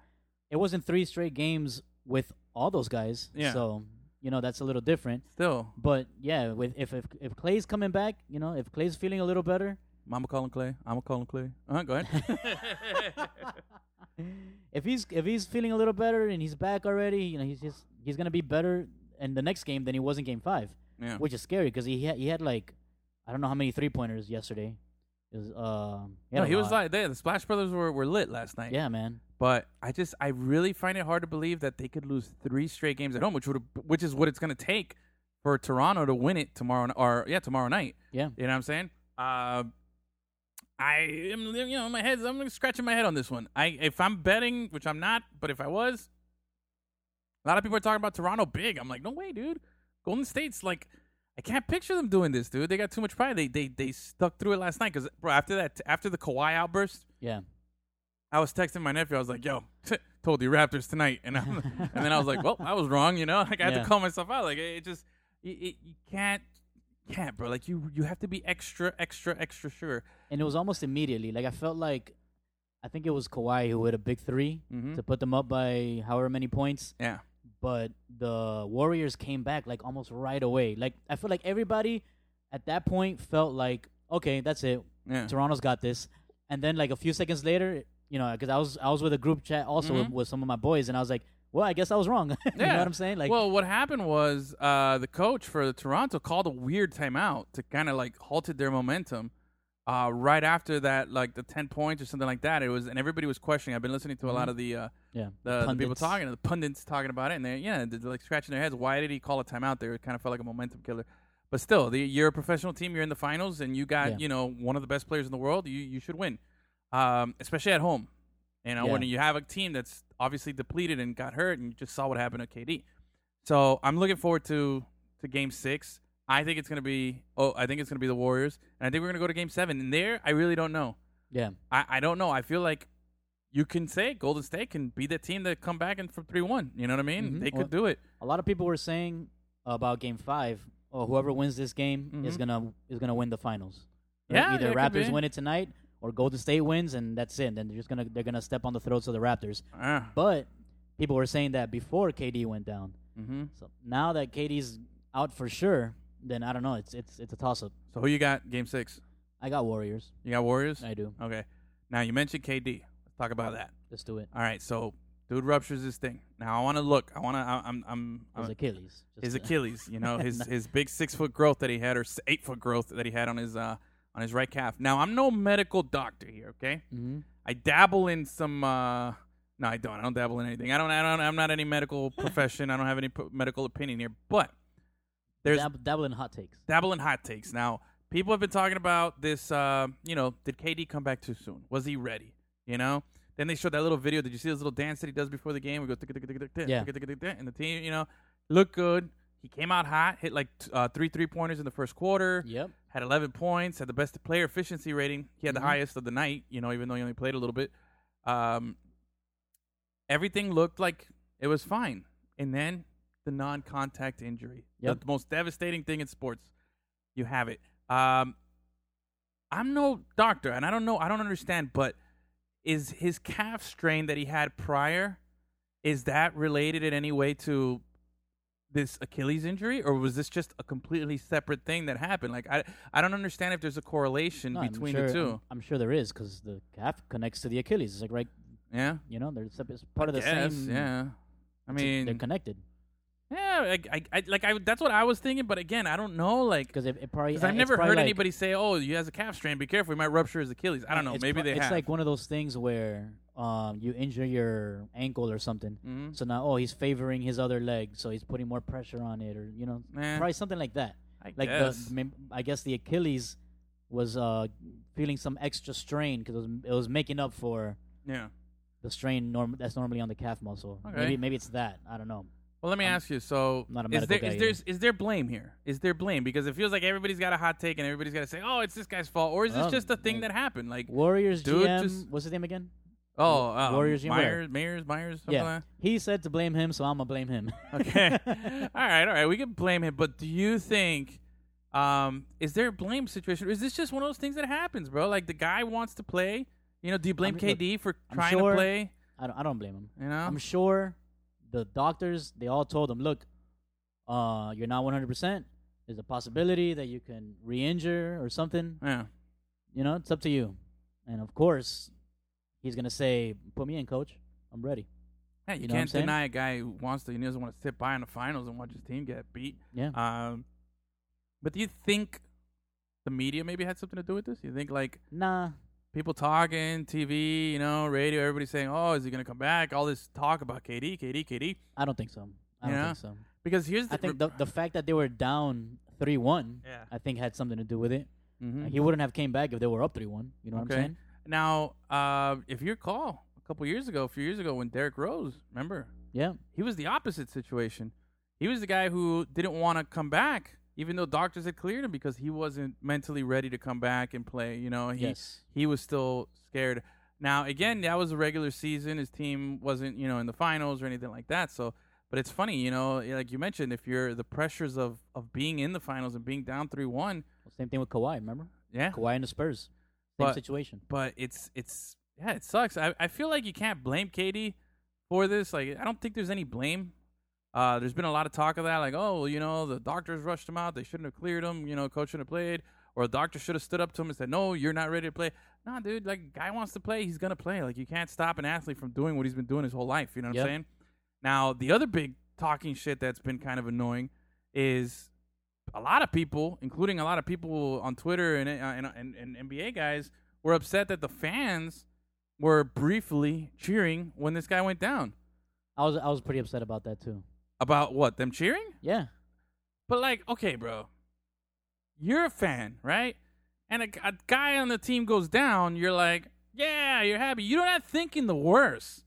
Speaker 6: it wasn't three straight games with all those guys.
Speaker 7: Yeah.
Speaker 6: So, you know, that's a little different.
Speaker 7: Still,
Speaker 6: But yeah, with if if if Clay's coming back, you know, if Clay's feeling a little better,
Speaker 7: Mama calling Clay. I'ma calling Clay. Uh-huh, go ahead.
Speaker 6: if he's if he's feeling a little better and he's back already, you know, he's just he's gonna be better in the next game than he was in game five,
Speaker 7: yeah.
Speaker 6: which is scary because he had, he had like I don't know how many three pointers yesterday. It was, um,
Speaker 7: No,
Speaker 6: a
Speaker 7: he was
Speaker 6: lot.
Speaker 7: like, they, the Splash Brothers were, were lit last night.
Speaker 6: yeah, man,
Speaker 7: But I just, I really find it hard to believe that they could lose three straight games at home, which would, which is what it's going to take for Toronto to win it tomorrow, n- or yeah, tomorrow night.
Speaker 6: yeah,
Speaker 7: You know what I'm saying? Uh, I am, you know, my head's, I'm scratching my head on this one. I, if I'm betting, which I'm not, but if I was, a lot of people are talking about Toronto big. I'm like, no way, dude. Golden State's like, I can't picture them doing this, dude. They got too much pride. They, they, they stuck through it last night because, bro, after that, after the Kawhi outburst,
Speaker 6: yeah,
Speaker 7: I was texting my nephew. I was like, "Yo, told you Raptors tonight," and I'm, and then I was like, "Well, I was wrong," you know. Like I had
Speaker 6: Yeah.
Speaker 7: to call myself out. Like it, it just, it, it, you can't, you can't, bro. Like you, you have to be extra, extra, extra sure.
Speaker 6: and it was almost immediately. Like I felt like I think it was Kawhi who hit a big 3
Speaker 7: Mm-hmm.
Speaker 6: to put them up by however many points.
Speaker 7: Yeah,
Speaker 6: but the Warriors came back like almost right away. Like I feel like everybody at that point felt like, okay, that's it.
Speaker 7: Yeah.
Speaker 6: Toronto's got this. And then like a few seconds later, you know, because I was I was with a group chat also
Speaker 7: Mm-hmm.
Speaker 6: with, with some of my boys, and I was like, well, I guess I was wrong. you know what I'm saying? Like,
Speaker 7: well, what happened was uh, the coach for the Toronto called a weird timeout to kind of like halted their momentum. Uh, right after that, like the ten points or something like that, it was, and everybody was questioning. I've been listening to a
Speaker 6: Mm-hmm.
Speaker 7: lot of the uh,
Speaker 6: yeah,
Speaker 7: the, the people
Speaker 6: pundits.
Speaker 7: talking, the pundits talking about it, and they yeah, they're like scratching their heads. Why did he call a timeout there? It kind of felt like a momentum killer. But still, the, you're a professional team. You're in the finals, and you got
Speaker 6: Yeah.
Speaker 7: you know one of the best players in the world. You you should win, um, especially at home. You know when
Speaker 6: Yeah.
Speaker 7: you have a team that's obviously depleted and got hurt, and you just saw what happened to KD. So I'm looking forward to to Game Six. I think it's gonna be oh I think it's gonna be the Warriors, and I think we're gonna go to Game Seven. And there, I really don't know.
Speaker 6: Yeah,
Speaker 7: I, I don't know. I feel like you can say Golden State can be the team that come back and from three one. You know what I mean?
Speaker 6: Mhm.
Speaker 7: They
Speaker 6: Well-
Speaker 7: could do it.
Speaker 6: a lot of people were saying about Game Five, or whoever wins this game is
Speaker 7: Mhm.
Speaker 6: gonna is gonna win the finals.
Speaker 7: Yeah,
Speaker 6: either
Speaker 7: that could
Speaker 6: Raptors
Speaker 7: be.
Speaker 6: win it tonight or Golden State wins, and that's it. Then they're just gonna they're gonna step on the throats of the Raptors.
Speaker 7: Ah,
Speaker 6: But people were saying that before KD went down.
Speaker 7: hmm
Speaker 6: So now that KD's out for sure, then I don't know. It's it's it's a toss up.
Speaker 7: So who you got? Game six.
Speaker 6: I got Warriors.
Speaker 7: You got Warriors.
Speaker 6: I do.
Speaker 7: Okay. Now you mentioned KD. Let's talk about that.
Speaker 6: Let's do it.
Speaker 7: All right. So Dude ruptures his thing. Now I want to look. I want to. I'm. I'm. I'm
Speaker 6: His Achilles. Just,
Speaker 7: his
Speaker 6: uh,
Speaker 7: Achilles. You know his his big six foot growth that he had, or eight foot growth that he had on his uh on his right calf. Now I'm no medical doctor here. Okay.
Speaker 6: mhm.
Speaker 7: I dabble in some. Uh, no, I don't. I don't dabble in anything. I don't. I don't. I'm not any medical profession. I don't have any p- medical opinion here. But there's
Speaker 6: Dab- dabble in hot takes.
Speaker 7: dabble in hot takes. Now people have been talking about this. Uh, you know, did KD come back too soon? Was he ready? You know. Then they showed that little video. Did you see this little dance that he does before the game? We go tick tick tick tick tick
Speaker 6: Yeah.
Speaker 7: tick tick tick tick, and the team. You know, looked good. He came out hot. Hit like t- uh, three three pointers in the first quarter
Speaker 6: Yep.
Speaker 7: had 11 points, had the best player efficiency rating. He had the highest of the night, you know, even though he only played a little bit. Um, everything looked like it was fine. And then the non contact injury,
Speaker 6: Yep.
Speaker 7: the most devastating thing in sports. You have it. Um, I'm no doctor, and I don't know, I don't understand, but is his calf strain that he had prior, is that related in any way to this Achilles injury, or was this just a completely separate thing that happened? Like, I I don't understand if there's a correlation
Speaker 6: No, I'm
Speaker 7: between
Speaker 6: sure-
Speaker 7: the
Speaker 6: I'm-
Speaker 7: 2
Speaker 6: I'm, sure there is because the calf connects to the Achilles. It's like right,
Speaker 7: yeah,
Speaker 6: you know, they're it's it's part of the
Speaker 7: Yes,
Speaker 6: same.
Speaker 7: yeah. I
Speaker 6: it's- they're
Speaker 7: mean,
Speaker 6: connected
Speaker 7: yeah, like I, I like I that's what I was thinking, but again, I don't know, like.
Speaker 6: because it, it probably.
Speaker 7: Because I've
Speaker 6: it's
Speaker 7: never
Speaker 6: probably
Speaker 7: heard
Speaker 6: like-
Speaker 7: anybody say, "Oh, he has a calf strain. Be careful, he might rupture his Achilles." I don't know.
Speaker 6: It's
Speaker 7: Maybe
Speaker 6: pro-
Speaker 7: they
Speaker 6: It's
Speaker 7: have.
Speaker 6: like one of those things where um you injure your ankle or something.
Speaker 7: Mhm.
Speaker 6: So now, oh, he's favoring his other leg, so he's putting more pressure on it, or you know,
Speaker 7: Eh.
Speaker 6: probably something like that.
Speaker 7: I
Speaker 6: like
Speaker 7: guess.
Speaker 6: the, mem- I guess the Achilles was uh feeling some extra strain because it was, it was making up for
Speaker 7: yeah.
Speaker 6: the strain norm- that's normally on the calf muscle.
Speaker 7: Okay.
Speaker 6: Maybe maybe it's that. I don't know.
Speaker 7: Well, let me ask you. So,
Speaker 6: not a
Speaker 7: is
Speaker 6: medical
Speaker 7: there
Speaker 6: guy
Speaker 7: is there is there blame here? Is there blame because it feels like everybody's got a hot take and everybody's got to say, "Oh, it's this guy's fault," or is this
Speaker 6: Well,
Speaker 7: just a thing
Speaker 6: like-
Speaker 7: that happened? Like,
Speaker 6: Warriors
Speaker 7: Dude,
Speaker 6: GM,
Speaker 7: just-
Speaker 6: what's his name again?
Speaker 7: oh, um,
Speaker 6: Warriors, you wear.
Speaker 7: Myers, Myers, Myers, something
Speaker 6: yeah,
Speaker 7: like
Speaker 6: he said to blame him, so I'm gonna blame him.
Speaker 7: that. Okay, all right, all right, we can blame him, but do you think? Um, is there a blame situation? Or is this just one of those things that happens, bro? Like the guy wants to play. You know, do you blame
Speaker 6: mean, look,
Speaker 7: KD for
Speaker 6: I'm
Speaker 7: trying
Speaker 6: sure-
Speaker 7: to play?
Speaker 6: I don't, I don't blame him.
Speaker 7: You know,
Speaker 6: I'm sure the doctors they all told him, look, uh, you're not 100. percent There's a possibility that you can re-injure or something.
Speaker 7: yeah,
Speaker 6: You know, it's up to you. And of course, he's gonna say, "Put me in, coach. I'm ready."
Speaker 7: yeah. You,
Speaker 6: You know what I'm
Speaker 7: can't
Speaker 6: saying?
Speaker 7: deny a guy who wants to. He doesn't want to sit by in the finals and watch his team get beat.
Speaker 6: Yeah.
Speaker 7: Um, but do you think the media maybe had something to do with this? You think like
Speaker 6: nah,
Speaker 7: people talking, TV, you know, radio, everybody saying, "Oh, is he gonna come back?" All this talk about KD, KD, KD.
Speaker 6: I don't think so. I
Speaker 7: Yeah.
Speaker 6: don't think so.
Speaker 7: Because here's the
Speaker 6: I think the the fact that they were down three one,
Speaker 7: Yeah.
Speaker 6: I think had something to do with it.
Speaker 7: Mhm.
Speaker 6: He wouldn't have came back if they were up three one. You know what I'm
Speaker 7: okay.
Speaker 6: saying?
Speaker 7: Now, uh, if you recall, a couple years ago, a few years ago, when Derrick Rose, remember,
Speaker 6: Yeah.
Speaker 7: he was the opposite situation. He was the guy who didn't want to come back, even though doctors had cleared him because he wasn't mentally ready to come back and play. You know, he
Speaker 6: yes.
Speaker 7: he was still scared. Now, again, that was a regular season. His team wasn't, you know, in the finals or anything like that. So, but it's funny, you know, like you mentioned, if you're the pressures of of being in the finals and being down three one,
Speaker 6: Same thing with Kawhi. Remember
Speaker 7: yeah.
Speaker 6: Kawhi and the Spurs. Same
Speaker 7: But-
Speaker 6: situation.
Speaker 7: But it's it's yeah, it sucks. I I feel like you can't blame Katie for this. Like, I don't think there's any blame. Uh, there's been a lot of talk of that, like, oh, well, you know, the doctors rushed him out. They shouldn't have cleared him. You know, coach shouldn't have played, or a doctor should have stood up to him and said, no, you're not ready to play. Nah, dude, like, guy wants to play. He's gonna play. Like, you can't stop an athlete from doing what he's been doing his whole life. You know what
Speaker 6: Yep.
Speaker 7: I'm saying? Now, the other big talking shit that's been kind of annoying is a lot of people, including a lot of people on Twitter and uh, and and, and NBA guys, were upset that the fans were briefly cheering when this guy went down.
Speaker 6: I was I was pretty upset about that too.
Speaker 7: About what? Them cheering?
Speaker 6: Yeah.
Speaker 7: But like, okay, bro, you're a fan, right? And a, g- a guy on the team goes down, you're like, yeah, you're happy. You're not thinking the worst,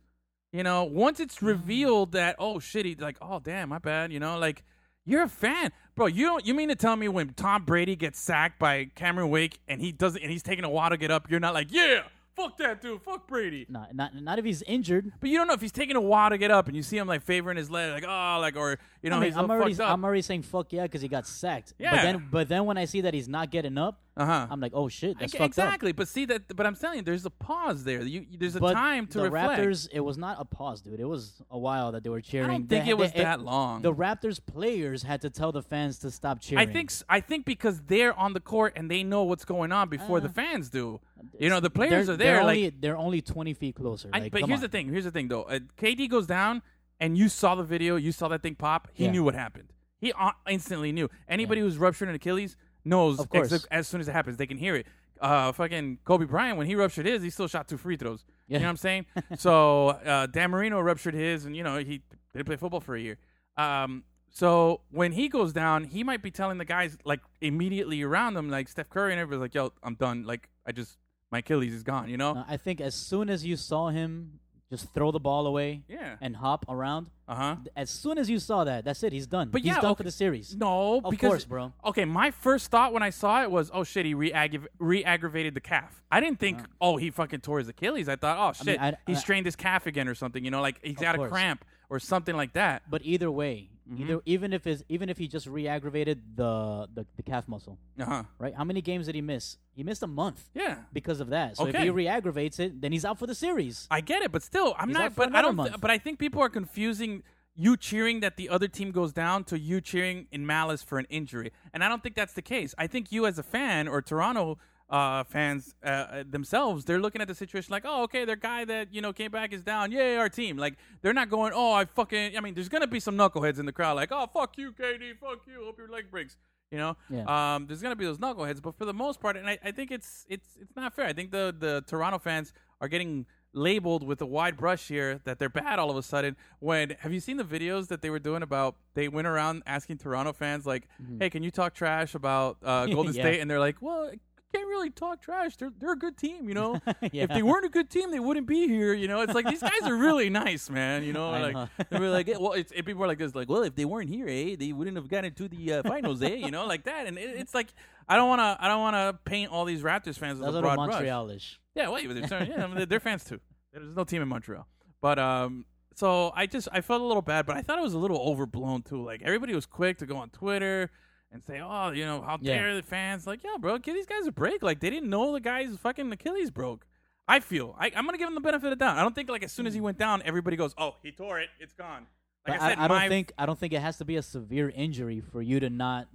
Speaker 7: you know. Once
Speaker 6: Mm-hmm.
Speaker 7: it's revealed that, oh shit, he's like, oh damn, my bad, you know, like. You're a fan, bro. You don't. You mean to tell me when Tom Brady gets sacked by Cameron Wake and he doesn't, and he's taking a while to get up, you're not like, yeah, fuck that dude, fuck Brady.
Speaker 6: Not not not if he's injured.
Speaker 7: But you don't know if he's taking a while to get up, and you see him like favoring his leg, like oh, like or you know
Speaker 6: I mean,
Speaker 7: he's all
Speaker 6: I'm already
Speaker 7: fucked up.
Speaker 6: I'm already saying fuck yeah because he got sacked.
Speaker 7: Yeah.
Speaker 6: But then but then when I see that he's not getting up,
Speaker 7: Uh-huh.
Speaker 6: I'm like, oh shit, that's
Speaker 7: Ex-
Speaker 6: fucked up.
Speaker 7: exactly. But see that. But I'm telling you, there's a pause there. You, you- there's a
Speaker 6: But
Speaker 7: time to
Speaker 6: the
Speaker 7: reflect.
Speaker 6: Raptors, it was not a pause, dude. It was a while that they were cheering.
Speaker 7: think
Speaker 6: They-
Speaker 7: it was
Speaker 6: they-
Speaker 7: that long.
Speaker 6: The Raptors players had to tell the fans to stop
Speaker 7: I
Speaker 6: cheering.
Speaker 7: think s- I think because they're on the court and they know what's going on before the fans do. You know, the players
Speaker 6: Uh,
Speaker 7: are there.
Speaker 6: they're, They're
Speaker 7: like,
Speaker 6: only, they're only 20 feet closer.
Speaker 7: I-
Speaker 6: like,
Speaker 7: but
Speaker 6: come
Speaker 7: here's
Speaker 6: on.
Speaker 7: the thing. Here's the thing, though. Uh, KD goes down, and you saw the video. You saw that thing pop. He
Speaker 6: Yeah.
Speaker 7: knew what happened. He uh, instantly knew. Anybody who's ruptured an Achilles knows.
Speaker 6: Of course.
Speaker 7: ex- as soon as it happens, they can hear it. Uh, fucking Kobe Bryant, when he ruptured his, he still shot two free throws.
Speaker 6: Yeah.
Speaker 7: You know what I'm saying? so uh, Dan Marino ruptured his, and you know he didn't play football for a year. Um, so when he goes down, he might be telling the guys like immediately around him, like Steph Curry and everybody's like, "Yo, I'm done. Like I just my Achilles is gone." You know?
Speaker 6: No, Uh, I think as soon as you saw him just throw the ball away
Speaker 7: Yeah.
Speaker 6: and hop around,
Speaker 7: Uh huh.
Speaker 6: as soon as you saw that, that's it. He's done.
Speaker 7: But
Speaker 6: he's
Speaker 7: yeah,
Speaker 6: done
Speaker 7: okay.
Speaker 6: for the series.
Speaker 7: No,
Speaker 6: Of
Speaker 7: because,
Speaker 6: course, bro.
Speaker 7: Okay, my first thought when I saw it was, oh shit, he re-aggra- re-aggravated the calf. I didn't think, oh, he fucking tore his Achilles. I thought, oh
Speaker 6: I mean,
Speaker 7: shit,
Speaker 6: I-
Speaker 7: he
Speaker 6: I-
Speaker 7: strained his calf again or something. You know, like he's
Speaker 6: Of
Speaker 7: got a
Speaker 6: course.
Speaker 7: cramp or something like that.
Speaker 6: But either way,
Speaker 7: Mm-hmm.
Speaker 6: either even if his even if he just re-aggravated the, the the calf muscle,
Speaker 7: Uh huh.
Speaker 6: right? How many games did he miss? He missed a month.
Speaker 7: Yeah.
Speaker 6: Because of that. So if
Speaker 7: Okay.
Speaker 6: he re-aggravates it, then he's out for the series.
Speaker 7: I get it, but still, I'm
Speaker 6: He's out
Speaker 7: not.
Speaker 6: for
Speaker 7: But I
Speaker 6: another
Speaker 7: don't.
Speaker 6: month.
Speaker 7: But I think people are confusing you cheering that the other team goes down to you cheering in malice for an injury, and I don't think that's the case. I think you, as a fan or Toronto uh, fans uh, uh, themselves, they're looking at the situation like, oh, okay, their guy that you know came back is down. Yay, our team! Like they're not going, oh, I fucking. I mean, there's gonna be some knuckleheads in the crowd like, oh, fuck you, KD, fuck you. Hope your leg breaks. You know,
Speaker 6: Yeah.
Speaker 7: um, there's gonna be those knuckleheads, but for the most part, and I, I think it's it's it's not fair. I think the the Toronto fans are getting labeled with a wide brush here that they're bad all of a sudden. When have you seen the videos that they were doing about they went around asking Toronto fans like, "Hey, can you talk trash about uh, Golden
Speaker 6: Yeah.
Speaker 7: State?" And they're like, "Well." I Can't really talk trash. They're they're a good team, you know.
Speaker 6: Yeah.
Speaker 7: If they weren't a good team, they wouldn't be here. You know, it's like these guys are really nice, man. You know,
Speaker 6: I
Speaker 7: like
Speaker 6: know.
Speaker 7: they were like, eh, well, it's, it, people are like this, like, well, if they weren't here, eh, they wouldn't have gotten to the uh, finals, eh, you know, like that. And it, it's like, I don't want to, I don't want to paint all these Raptors fans with
Speaker 6: That's
Speaker 7: a
Speaker 6: a
Speaker 7: broad brush.
Speaker 6: Montrealish.
Speaker 7: Yeah, wait, but they're, sorry, yeah, I mean, they're- they're fans too. There's no team in Montreal, but um, so I just, I felt a little bad, but I thought it was a little overblown too. Like everybody was quick to go on Twitter. And say, oh, you know, how
Speaker 6: Yeah.
Speaker 7: dare the fans? Like, yeah, bro, give these guys a break. Like, they didn't know the guy's fucking Achilles broke. I feel I, I'm gonna give him the benefit of the doubt. I don't think like as soon as he went down, everybody goes, "Oh, he tore it. It's gone." Like
Speaker 6: but I,
Speaker 7: said,
Speaker 6: I,
Speaker 7: my-
Speaker 6: don't think I don't think it has to be a severe injury for you to not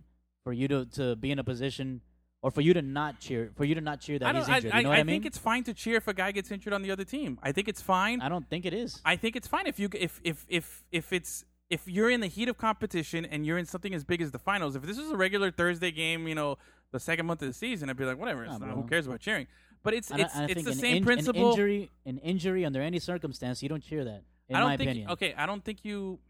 Speaker 6: for you to, to be in a position or for you to not cheer for you to not cheer that
Speaker 7: I don't.
Speaker 6: he's injured.
Speaker 7: I,
Speaker 6: you know
Speaker 7: I,
Speaker 6: what I,
Speaker 7: I
Speaker 6: mean?
Speaker 7: think it's fine to cheer if a guy gets injured on the other team. I think it's fine.
Speaker 6: I don't think it is.
Speaker 7: I think it's fine if you if if if if it's if you're in the heat of competition and you're in something as big as the finals. If this was a regular Thursday game, you know, the second month of the season, I'd be like, whatever. It's
Speaker 6: Nah,
Speaker 7: not,
Speaker 6: Ah, bro.
Speaker 7: who cares about cheering? But it's
Speaker 6: And I-
Speaker 7: it's
Speaker 6: and I
Speaker 7: it's
Speaker 6: think
Speaker 7: the
Speaker 6: an
Speaker 7: same
Speaker 6: inj-
Speaker 7: principle.
Speaker 6: An injury, an injury under any circumstance, you don't cheer that. In
Speaker 7: I don't
Speaker 6: my
Speaker 7: think.
Speaker 6: opinion,
Speaker 7: Okay, I don't think you.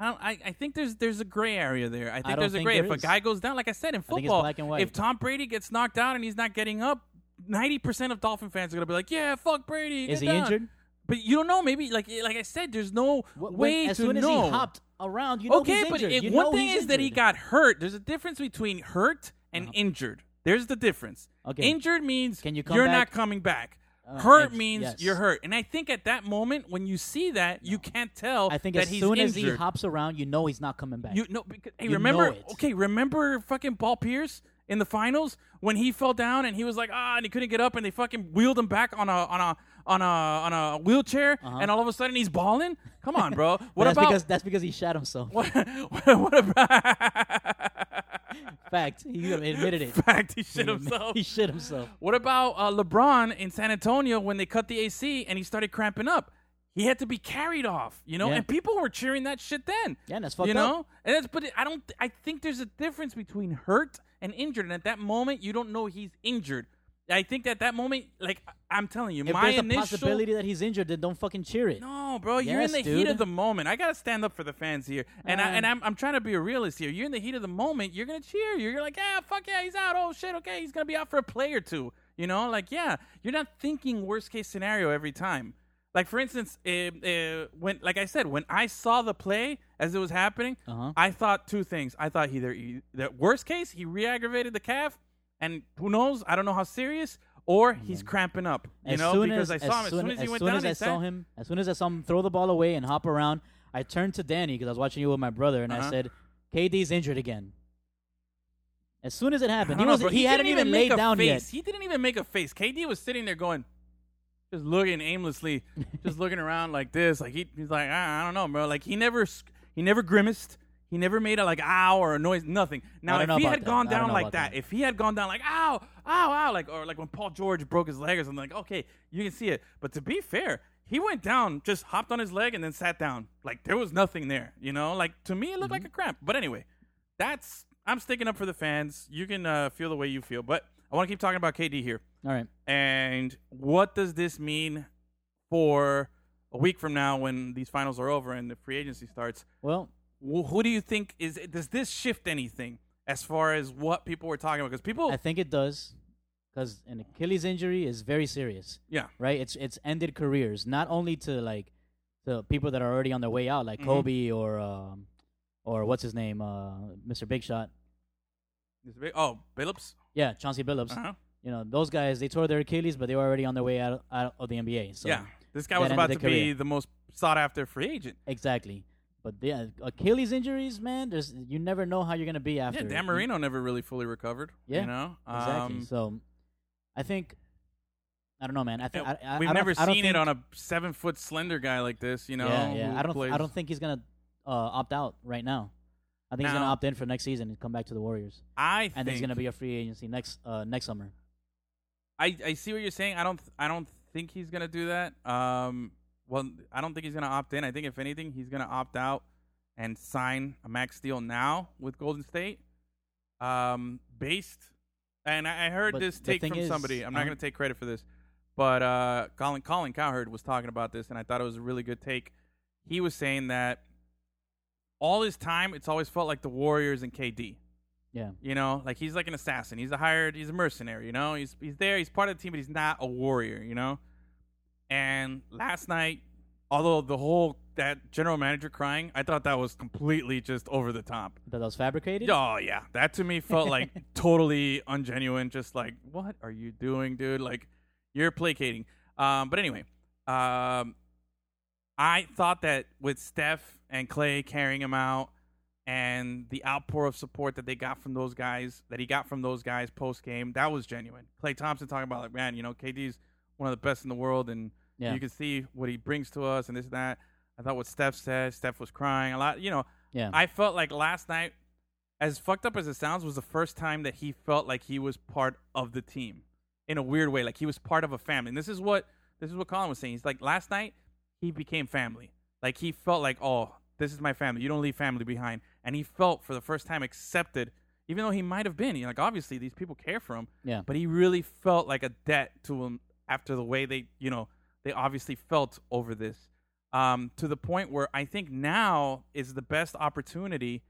Speaker 7: I, don't, I, I think there's there's a gray area there. I think
Speaker 6: don't
Speaker 7: there's a
Speaker 6: think
Speaker 7: gray.
Speaker 6: there
Speaker 7: If a
Speaker 6: is.
Speaker 7: guy goes down, like I said in
Speaker 6: it's
Speaker 7: football,
Speaker 6: black and white.
Speaker 7: if Tom Brady gets knocked out and he's not getting up, ninety percent of Dolphin fans are gonna be like, "Yeah, fuck Brady."
Speaker 6: is
Speaker 7: get
Speaker 6: he
Speaker 7: down."
Speaker 6: injured?
Speaker 7: But you don't know. Maybe like eh, like I said, there's no
Speaker 6: Wh- when-
Speaker 7: way
Speaker 6: as
Speaker 7: to
Speaker 6: soon
Speaker 7: know.
Speaker 6: as he hopped around, you know
Speaker 7: okay,
Speaker 6: he's
Speaker 7: but
Speaker 6: injured.
Speaker 7: it-
Speaker 6: You
Speaker 7: one
Speaker 6: know
Speaker 7: thing
Speaker 6: he's
Speaker 7: is that he
Speaker 6: injured. Uh-huh.
Speaker 7: got hurt. There's a difference between hurt and injured. There's the difference.
Speaker 6: Okay.
Speaker 7: Injured means
Speaker 6: Can you come
Speaker 7: are not
Speaker 6: back?
Speaker 7: coming back.
Speaker 6: Uh,
Speaker 7: hurt
Speaker 6: ex-
Speaker 7: means
Speaker 6: yes.
Speaker 7: you're hurt. And I think at that moment when you see that, you can't tell
Speaker 6: I think
Speaker 7: that
Speaker 6: as
Speaker 7: he's
Speaker 6: soon as
Speaker 7: injured.
Speaker 6: he hops around, you know he's not coming back.
Speaker 7: You know, because, hey,
Speaker 6: You know
Speaker 7: remember?
Speaker 6: it.
Speaker 7: Okay, remember fucking Paul Pierce in the finals when he fell down and he was like ah, and he couldn't get up, and they fucking wheeled him back on a on a on a on a wheelchair, and all of a sudden he's balling. Come on, bro. What
Speaker 6: Uh-huh. that's
Speaker 7: about
Speaker 6: because that's because he shot himself.
Speaker 7: what, what, what about
Speaker 6: Fact, he admitted it.
Speaker 7: fact? He shit himself.
Speaker 6: he shit himself.
Speaker 7: What about uh, LeBron in San Antonio when they cut the AC and he started cramping up? He had to be carried off, you know,
Speaker 6: Yeah.
Speaker 7: and people were cheering that shit then.
Speaker 6: Yeah, and that's fucked
Speaker 7: you
Speaker 6: up.
Speaker 7: know? And that's but I don't. I think there's a difference between hurt and injured, and at that moment you don't know he's injured. I think that that moment, like I'm telling you,
Speaker 6: If
Speaker 7: my
Speaker 6: there's a
Speaker 7: initial
Speaker 6: possibility that he's injured, then don't fucking cheer it.
Speaker 7: no, bro, you're in
Speaker 6: Yes,
Speaker 7: the heat of
Speaker 6: dude.
Speaker 7: the moment. I gotta stand up for the fans here, and I,
Speaker 6: Uh.
Speaker 7: and I'm, I'm trying to be a realist here. You're in the heat of the moment. You're gonna cheer. You're like, yeah, fuck yeah, he's out. Oh shit, okay, he's gonna be out for a play or two. You know, like yeah, you're not thinking worst case scenario every time. Like for instance, uh, uh, when like I said, when I saw the play as it was happening,
Speaker 6: Uh-huh.
Speaker 7: I thought two things. I thought either he, that worst case he re-aggravated the calf, and who knows? I don't know how serious. Or he's cramping up, you
Speaker 6: as
Speaker 7: know,
Speaker 6: soon
Speaker 7: because
Speaker 6: as,
Speaker 7: I saw him as soon as he went down.
Speaker 6: As
Speaker 7: he
Speaker 6: I
Speaker 7: sat-
Speaker 6: saw him, as soon as I saw him throw the ball away and hop around, I turned to Danny because I was watching you with my brother, and
Speaker 7: Uh-huh.
Speaker 6: I said, "KD's injured again." As soon as it
Speaker 7: I
Speaker 6: happened,
Speaker 7: don't
Speaker 6: he
Speaker 7: know,
Speaker 6: was
Speaker 7: bro.
Speaker 6: he, hadn't
Speaker 7: didn't
Speaker 6: even laid
Speaker 7: make a
Speaker 6: down
Speaker 7: face.
Speaker 6: yet.
Speaker 7: He didn't even make a face. KD was sitting there going, just looking aimlessly, just looking around like this. Like he, he's like, I, I don't know, bro. Like he never, sc- he never grimaced. He never made a like ow or a noise. Nothing. Now
Speaker 6: don't
Speaker 7: if
Speaker 6: know
Speaker 7: he
Speaker 6: about
Speaker 7: had
Speaker 6: that.
Speaker 7: gone
Speaker 6: I don't
Speaker 7: down
Speaker 6: know
Speaker 7: like
Speaker 6: about
Speaker 7: that,
Speaker 6: that.
Speaker 7: if he had gone down like ow, ow, ow, like or like when Paul George broke his leg or something, like okay, you can see it. But to be fair. He went down, just hopped on his leg, and then sat down. Like there was nothing there, you know. Like to me, it looked like
Speaker 6: Mm-hmm.
Speaker 7: a cramp. But anyway, that's I'm sticking up for the fans. You can uh, feel the way you feel, but I want to keep talking about KD here.
Speaker 6: All right.
Speaker 7: And what does this mean for a week from now when these finals are over and the free agency starts?
Speaker 6: Well,
Speaker 7: Wh- Who do you think is does this shift anything as far as what people were talking about? Because people,
Speaker 6: I think it does, because an Achilles injury is very serious.
Speaker 7: yeah,
Speaker 6: right? It's it's ended careers, not only to like to people that are already on their way out,
Speaker 7: Mm-hmm.
Speaker 6: like Kobe or um, or what's his name, uh, Mr. Big Shot.
Speaker 7: It's a big- oh Billups,
Speaker 6: Yeah, Chauncey Billups.
Speaker 7: uh-huh.
Speaker 6: You know those guys. They tore their Achilles, but they were already on their way out, out of the NBA. So
Speaker 7: yeah, this guy
Speaker 6: that
Speaker 7: was
Speaker 6: ended
Speaker 7: about
Speaker 6: the
Speaker 7: to be
Speaker 6: career.
Speaker 7: the most sought after free agent.
Speaker 6: exactly. But the Achilles injuries, man, there's you never know how you're gonna be after.
Speaker 7: Yeah, Dan Marino never really fully recovered.
Speaker 6: Yeah,
Speaker 7: you know
Speaker 6: Exactly.
Speaker 7: Um,
Speaker 6: so I think I don't know, man. I think
Speaker 7: Yeah,
Speaker 6: I, I,
Speaker 7: we've
Speaker 6: I don't-
Speaker 7: never
Speaker 6: I don't
Speaker 7: seen it on
Speaker 6: think-
Speaker 7: a seven foot slender guy like this, you know.
Speaker 6: yeah, yeah.
Speaker 7: who
Speaker 6: I don't.
Speaker 7: plays-
Speaker 6: I don't think he's gonna uh, opt out right now. I think he's
Speaker 7: No.
Speaker 6: gonna opt in for next season and come back to the Warriors,
Speaker 7: I think
Speaker 6: and he's gonna be a free agency next uh, next summer.
Speaker 7: I, I see what you're saying. I don't I don't think he's gonna do that. Um, well, I don't think he's gonna opt in. I think if anything, he's gonna opt out and sign a max deal now with Golden State. Um, based, and I, I heard
Speaker 6: But
Speaker 7: this
Speaker 6: the
Speaker 7: take
Speaker 6: thing
Speaker 7: from
Speaker 6: is,
Speaker 7: somebody. I'm not
Speaker 6: um,
Speaker 7: gonna take credit for this, but uh, Colin Colin Cowherd was talking about this, and I thought it was a really good take. He was saying that all his time, it's always felt like the Warriors and KD.
Speaker 6: Yeah,
Speaker 7: You know, like he's like an assassin. He's a hired. He's a mercenary. You know, he's he's there. He's part of the team, but he's not a warrior. You know. And last night, although the whole that general manager crying, I thought that was completely just over the top.
Speaker 6: that that was fabricated.
Speaker 7: Oh yeah, that to me felt like totally ungenuine. Just like, what are you doing, dude? Like, you're placating. Um, but anyway, um, I thought that with Steph and Clay carrying him out, and the outpour of support that they got from those guys, that he got from those guys post game, that was genuine. Clay Thompson talking about like, man, you know, KD's one of the best in the world, and
Speaker 6: Yeah.
Speaker 7: you can see what he brings to us, and this and that. I thought what Steph said, Steph was crying a lot. You know,
Speaker 6: Yeah,
Speaker 7: I felt like last night, as fucked up as it sounds, was the first time that he felt like he was part of the team in a weird way, like he was part of a family. And this is what this is what Colin was saying. He's like last night he became family. Like he felt like, oh, this is my family. You don't leave family behind. And he felt for the first time accepted, even though he might have been. You know, like obviously these people care for him.
Speaker 6: Yeah.
Speaker 7: But he really felt like a debt to him after the way they, you know, they obviously felt over this. Um, to the point where I think now is the best opportunity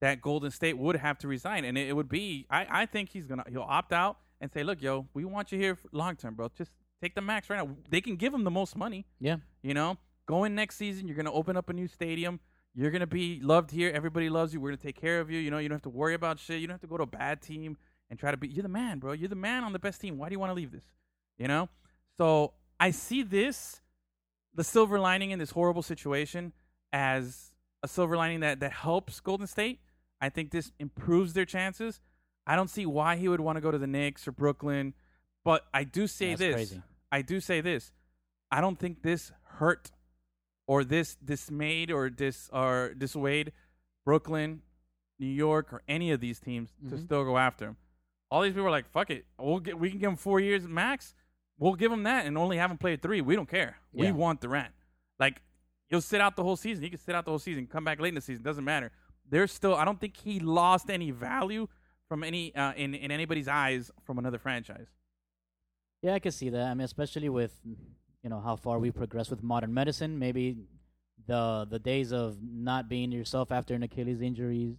Speaker 7: that Golden State would have to resign, and it, it would be. I, I think he's gonna he'll opt out and say, "Look, yo, we want you here long term, bro. Just take the max right now. They can give him the most money.
Speaker 6: yeah,
Speaker 7: You know, going next season, you're gonna open up a new stadium. You're gonna be loved here. Everybody loves you. We're gonna take care of you. You know, you don't have to worry about shit. You don't have to go to a bad team and try to be. You're the man, bro. You're the man on the best team. Why do you want to leave this? You know. So I see this, the silver lining in this horrible situation, as a silver lining that that helps Golden State. I think this improves their chances. I don't see why he would want to go to the Knicks or Brooklyn, but I do say
Speaker 6: That's
Speaker 7: this.
Speaker 6: crazy.
Speaker 7: I do say this. I don't think this hurt or this dismayed or dis or dissuade Brooklyn, New York, or any of these teams
Speaker 6: Mm-hmm.
Speaker 7: to still go after him. All these people are like, "Fuck it, we'll get, we can give him four years max. We'll give him that and only have him play three. We don't care. We
Speaker 6: Yeah.
Speaker 7: want Durant. Like he'll sit out the whole season. He can sit out the whole season. Come back late in the season. Doesn't matter. There's still. I don't think he lost any value from any uh, in in anybody's eyes from another franchise.
Speaker 6: yeah. I can see that. I mean, especially with you know how far we've progressed with modern medicine. Maybe the the days of not being yourself after an Achilles injury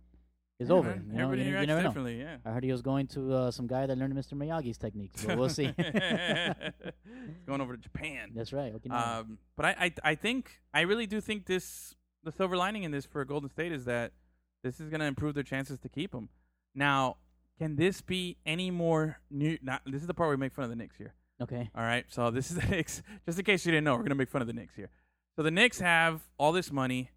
Speaker 6: is
Speaker 7: Yeah,
Speaker 6: over.
Speaker 7: man.
Speaker 6: You know, you,
Speaker 7: Everybody
Speaker 6: you
Speaker 7: reacts
Speaker 6: never know.
Speaker 7: differently. Yeah.
Speaker 6: I heard he was going to uh, some guy that learned Mr. Miyagi's techniques, but we'll see.
Speaker 7: It's going over to Japan.
Speaker 6: That's right. Okinawa.
Speaker 7: Um, but I, I, I think I really do think this the silver lining in this for Golden State is that this is going to improve their chances to keep him. Now, can this be any more new? Not this is the part where we make fun of the Knicks here.
Speaker 6: okay.
Speaker 7: All right, so this is the Knicks. Just in case you didn't know, we're gonna make fun of the Knicks here. So the Knicks have all this money.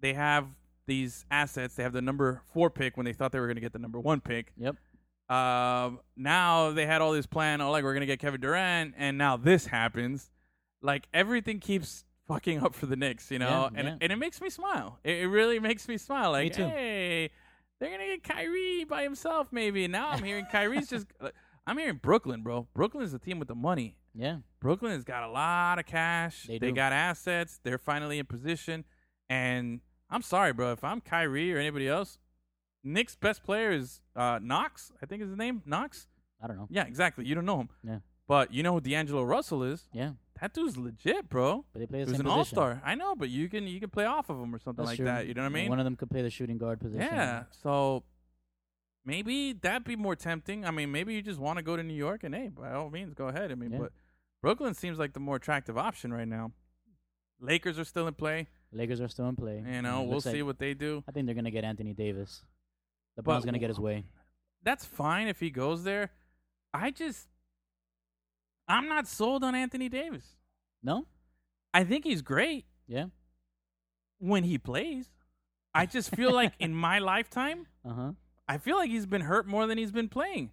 Speaker 7: They have these assets. They have the number four pick when they thought they were gonna get the number one pick.
Speaker 6: Yep.
Speaker 7: Um, now they had all this plan. Oh, like we're gonna get Kevin Durant, and now this happens. Like everything keeps fucking up for the Knicks, you know.
Speaker 6: Yeah,
Speaker 7: and
Speaker 6: yeah.
Speaker 7: and it makes me smile. It, it really makes me smile. Like,
Speaker 6: too.
Speaker 7: hey, they're gonna get Kyrie by himself, maybe. And now I'm hearing Kyrie's just. I'm hearing Brooklyn, bro. Brooklyn's the team with the money.
Speaker 6: Yeah.
Speaker 7: Brooklyn has got a lot of cash.
Speaker 6: They do.
Speaker 7: got assets. They're finally in position. And I'm sorry, bro. If I'm Kyrie or anybody else, Nick's best player is uh, Knox. I think is his name. Knox.
Speaker 6: I don't know.
Speaker 7: Yeah, exactly. You don't know him.
Speaker 6: Yeah.
Speaker 7: But you know who D'Angelo Russell is.
Speaker 6: Yeah.
Speaker 7: That dude's legit, bro.
Speaker 6: But they play the
Speaker 7: He's
Speaker 6: same
Speaker 7: an
Speaker 6: position.
Speaker 7: all star. I know, but you can you can play off of him or something
Speaker 6: That's
Speaker 7: like
Speaker 6: true.
Speaker 7: that. You know what I mean?
Speaker 6: One of them could play the shooting guard position.
Speaker 7: Yeah. So maybe that'd be more tempting. I mean, maybe you just want to go to New York and hey, by all means, go ahead. I mean,
Speaker 6: Yeah.
Speaker 7: but Brooklyn seems like the more attractive option right now. Lakers are still in play.
Speaker 6: Lakers are still in play.
Speaker 7: You know,
Speaker 6: It
Speaker 7: we'll
Speaker 6: looks like-
Speaker 7: see what they do.
Speaker 6: I think they're gonna get Anthony Davis.
Speaker 7: But-
Speaker 6: LeBron's gonna get his way.
Speaker 7: That's fine if he goes there. I just, I'm not sold on Anthony Davis.
Speaker 6: No?
Speaker 7: I think he's great
Speaker 6: Yeah.
Speaker 7: when he plays. I just feel like in my lifetime,
Speaker 6: Uh huh.
Speaker 7: I feel like he's been hurt more than he's been playing.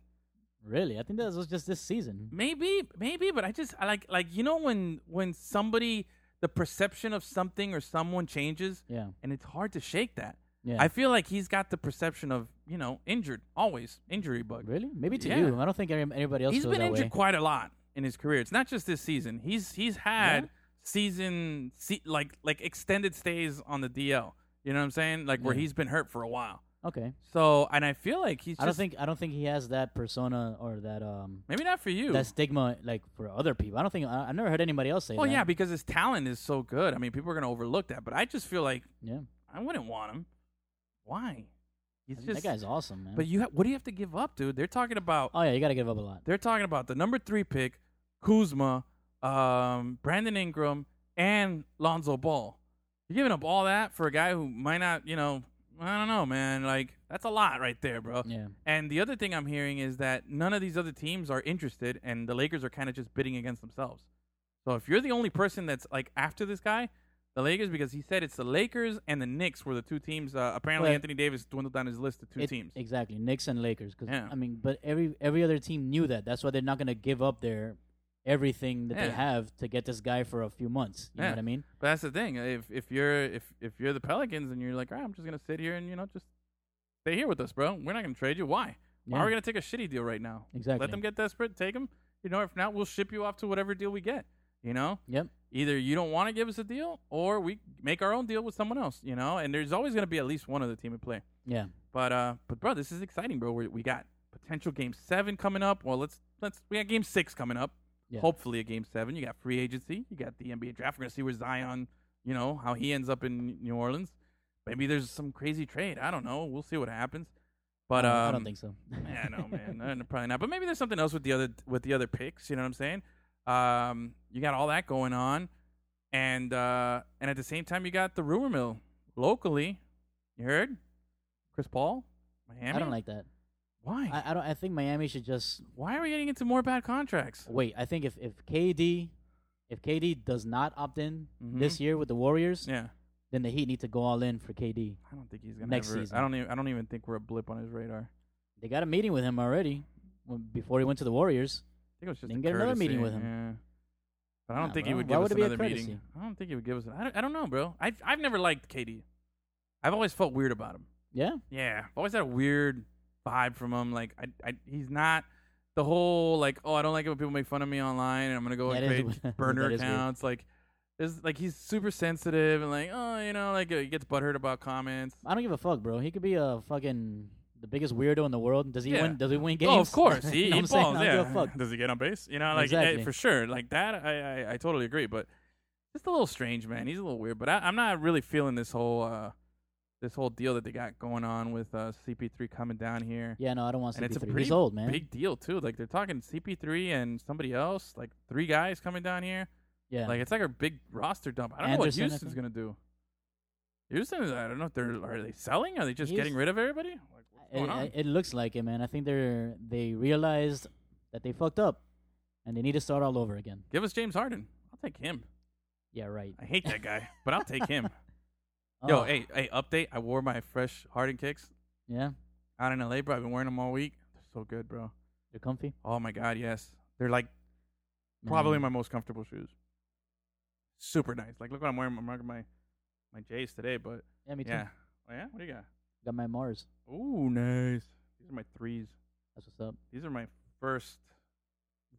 Speaker 6: Really? I think that was just this season.
Speaker 7: Maybe, maybe, but I just I like like you know when when somebody the perception of something or someone changes,
Speaker 6: Yeah.
Speaker 7: and it's hard to shake that.
Speaker 6: Yeah.
Speaker 7: I feel like he's got the perception of you know injured always injury bug.
Speaker 6: really? Maybe to
Speaker 7: Yeah.
Speaker 6: you. I don't think any- anybody else
Speaker 7: He's
Speaker 6: feels
Speaker 7: been
Speaker 6: that
Speaker 7: injured
Speaker 6: way.
Speaker 7: quite a lot in his career. It's not just this season. He's he's had
Speaker 6: Yeah.
Speaker 7: season se- like like extended stays on the DL. You know what I'm saying? Like where
Speaker 6: Yeah.
Speaker 7: he's been hurt for a while.
Speaker 6: okay.
Speaker 7: So and I feel like he's. Just,
Speaker 6: I don't think I don't think he has that persona or that um
Speaker 7: maybe not for you.
Speaker 6: that stigma like for other people. I don't think I, I never heard anybody else say
Speaker 7: well,
Speaker 6: that.
Speaker 7: yeah, because his talent is so good. I mean, people are gonna overlook that, but I just feel like
Speaker 6: yeah.
Speaker 7: I wouldn't want him. Why? He's
Speaker 6: I mean,
Speaker 7: just.
Speaker 6: that guy's awesome, man.
Speaker 7: but you, ha- what do you have to give up, dude? They're talking about.
Speaker 6: oh yeah, you gotta give up a lot.
Speaker 7: They're talking about the number three pick, Kuzma, um, Brandon Ingram, and Lonzo Ball. You're giving up all that for a guy who might not, you know, I don't know, man. Like that's a lot right there, bro.
Speaker 6: Yeah.
Speaker 7: And the other thing I'm hearing is that none of these other teams are interested, and the Lakers are kind of just bidding against themselves. So if you're the only person that's like after this guy, the Lakers, because he said it's the Lakers and the Knicks were the two teams. Uh, apparently,
Speaker 6: Well,
Speaker 7: Anthony Davis dwindled down his list to two
Speaker 6: It-
Speaker 7: teams.
Speaker 6: Exactly, Knicks and Lakers. 'cause,
Speaker 7: Yeah.
Speaker 6: I mean, but every every other team knew that. That's why they're not going to give up their everything that they
Speaker 7: Yeah.
Speaker 6: have to get this guy for a few months. You
Speaker 7: Yeah.
Speaker 6: know what I mean?
Speaker 7: But that's the thing. If if you're if if you're the Pelicans and you're like, all right, I'm just gonna sit here and you know just stay here with us, bro. We're not gonna trade you. Why? Why
Speaker 6: Yeah.
Speaker 7: are we gonna take a shitty deal right now?
Speaker 6: Exactly.
Speaker 7: Let them get desperate. Take them. You know, if not, we'll ship you off to whatever deal we get. You know,
Speaker 6: Yep.
Speaker 7: either you don't want to give us a deal, or we make our own deal with someone else. You know, and there's always gonna be at least one other team at play.
Speaker 6: Yeah.
Speaker 7: But uh, but bro, this is exciting, bro. We we got potential game seven coming up. Well, let's let's we got game six coming up.
Speaker 6: Yeah.
Speaker 7: Hopefully a game seven. You got free agency. You got the NBA draft. We're gonna see where Zion, you know, how he ends up in New Orleans. Maybe there's some crazy trade. I don't know. We'll see what happens. But
Speaker 6: I
Speaker 7: um,
Speaker 6: don't, I don't think so.
Speaker 7: yeah, no, man, Uh, no, probably not. But maybe there's something else with the other with the other picks. You know what I'm saying? Um, you got all that going on, and uh, and at the same time, you got the rumor mill locally. You heard, Chris Paul, Miami.
Speaker 6: I don't like that.
Speaker 7: Why?
Speaker 6: I, I don't. I think Miami should just
Speaker 7: Why are we getting into more bad contracts?
Speaker 6: wait. I think if if KD if KD does not opt in this year with the Warriors,
Speaker 7: Mm-hmm. Yeah,
Speaker 6: then the Heat need to go all in for KD.
Speaker 7: I don't think he's gonna.
Speaker 6: Next
Speaker 7: ever-
Speaker 6: season.
Speaker 7: I don't. Even, I don't even think we're a blip on his radar.
Speaker 6: They got a meeting with him already when, before he went to the Warriors.
Speaker 7: I think it was just
Speaker 6: Then
Speaker 7: a
Speaker 6: get another
Speaker 7: courtesy,
Speaker 6: meeting with him.
Speaker 7: Yeah. But I don't
Speaker 6: Nah,
Speaker 7: think he
Speaker 6: bro.
Speaker 7: would
Speaker 6: Why
Speaker 7: give
Speaker 6: would
Speaker 7: us
Speaker 6: it be a
Speaker 7: another meeting.
Speaker 6: courtesy?
Speaker 7: I don't think he would give us. I don't, I don't know, bro. I've I've never liked KD. I've always felt weird about him.
Speaker 6: Yeah.
Speaker 7: Yeah, I've always had a weird vibe from him. Like, I, I, he's not the whole like, oh, I don't like it when people make fun of me online, and I'm gonna go
Speaker 6: That
Speaker 7: and
Speaker 6: is
Speaker 7: create
Speaker 6: weird. That
Speaker 7: burner
Speaker 6: is weird.
Speaker 7: accounts. Like, there's like he's super sensitive and like, oh, you know, like uh, he gets butthurt about comments.
Speaker 6: I don't give a fuck, bro. He could be a fucking the biggest weirdo in the world. Does he
Speaker 7: Yeah.
Speaker 6: win? Does he win games?
Speaker 7: Oh, of course,
Speaker 6: You
Speaker 7: he,
Speaker 6: know
Speaker 7: he
Speaker 6: what I'm saying?
Speaker 7: balls.
Speaker 6: I
Speaker 7: Yeah,
Speaker 6: don't give a fuck.
Speaker 7: does he get on base? You know, like yeah,
Speaker 6: Exactly.
Speaker 7: for sure, like that. I, I, I totally agree. But just a little strange, man. He's a little weird, but I, I'm not really feeling this whole, uh this whole deal that they got going on with uh CP3 coming down here.
Speaker 6: Yeah, no, I don't want
Speaker 7: and it's a
Speaker 6: CP3.
Speaker 7: pretty
Speaker 6: He's old, man.
Speaker 7: big deal too. Like they're talking CP3 and somebody else, like three guys coming down here.
Speaker 6: yeah,
Speaker 7: Like it's like a big roster dump. I don't
Speaker 6: Anderson,
Speaker 7: know
Speaker 6: I
Speaker 7: what Houston's
Speaker 6: think.
Speaker 7: gonna do. Houston, is- I don't know if they're are they selling? Are they just
Speaker 6: He's-
Speaker 7: getting rid of everybody? Like, what's
Speaker 6: it,
Speaker 7: going on?
Speaker 6: it- it looks like it, man. I think they're they realized that they fucked up, and they need to start all over again.
Speaker 7: Give us James Harden. I'll take him.
Speaker 6: Yeah, right.
Speaker 7: I hate that guy, but I'll take him. Yo, eh.
Speaker 6: Oh,
Speaker 7: hey, hey, update. I wore my fresh Harden kicks
Speaker 6: yeah,
Speaker 7: out in LA, bro. I've been wearing them all week. They're so good, bro.
Speaker 6: They're comfy.
Speaker 7: Oh my god, yes. They're like probably
Speaker 6: Mm.
Speaker 7: my most comfortable shoes. Super nice. Like look what I'm wearing. I'm wearing my my J's today, but
Speaker 6: Yeah, me too.
Speaker 7: yeah. Oh, yeah, what do you got?
Speaker 6: Got my Mars.
Speaker 7: Ooh, nice. These are my threes.
Speaker 6: That's what's up.
Speaker 7: These are my first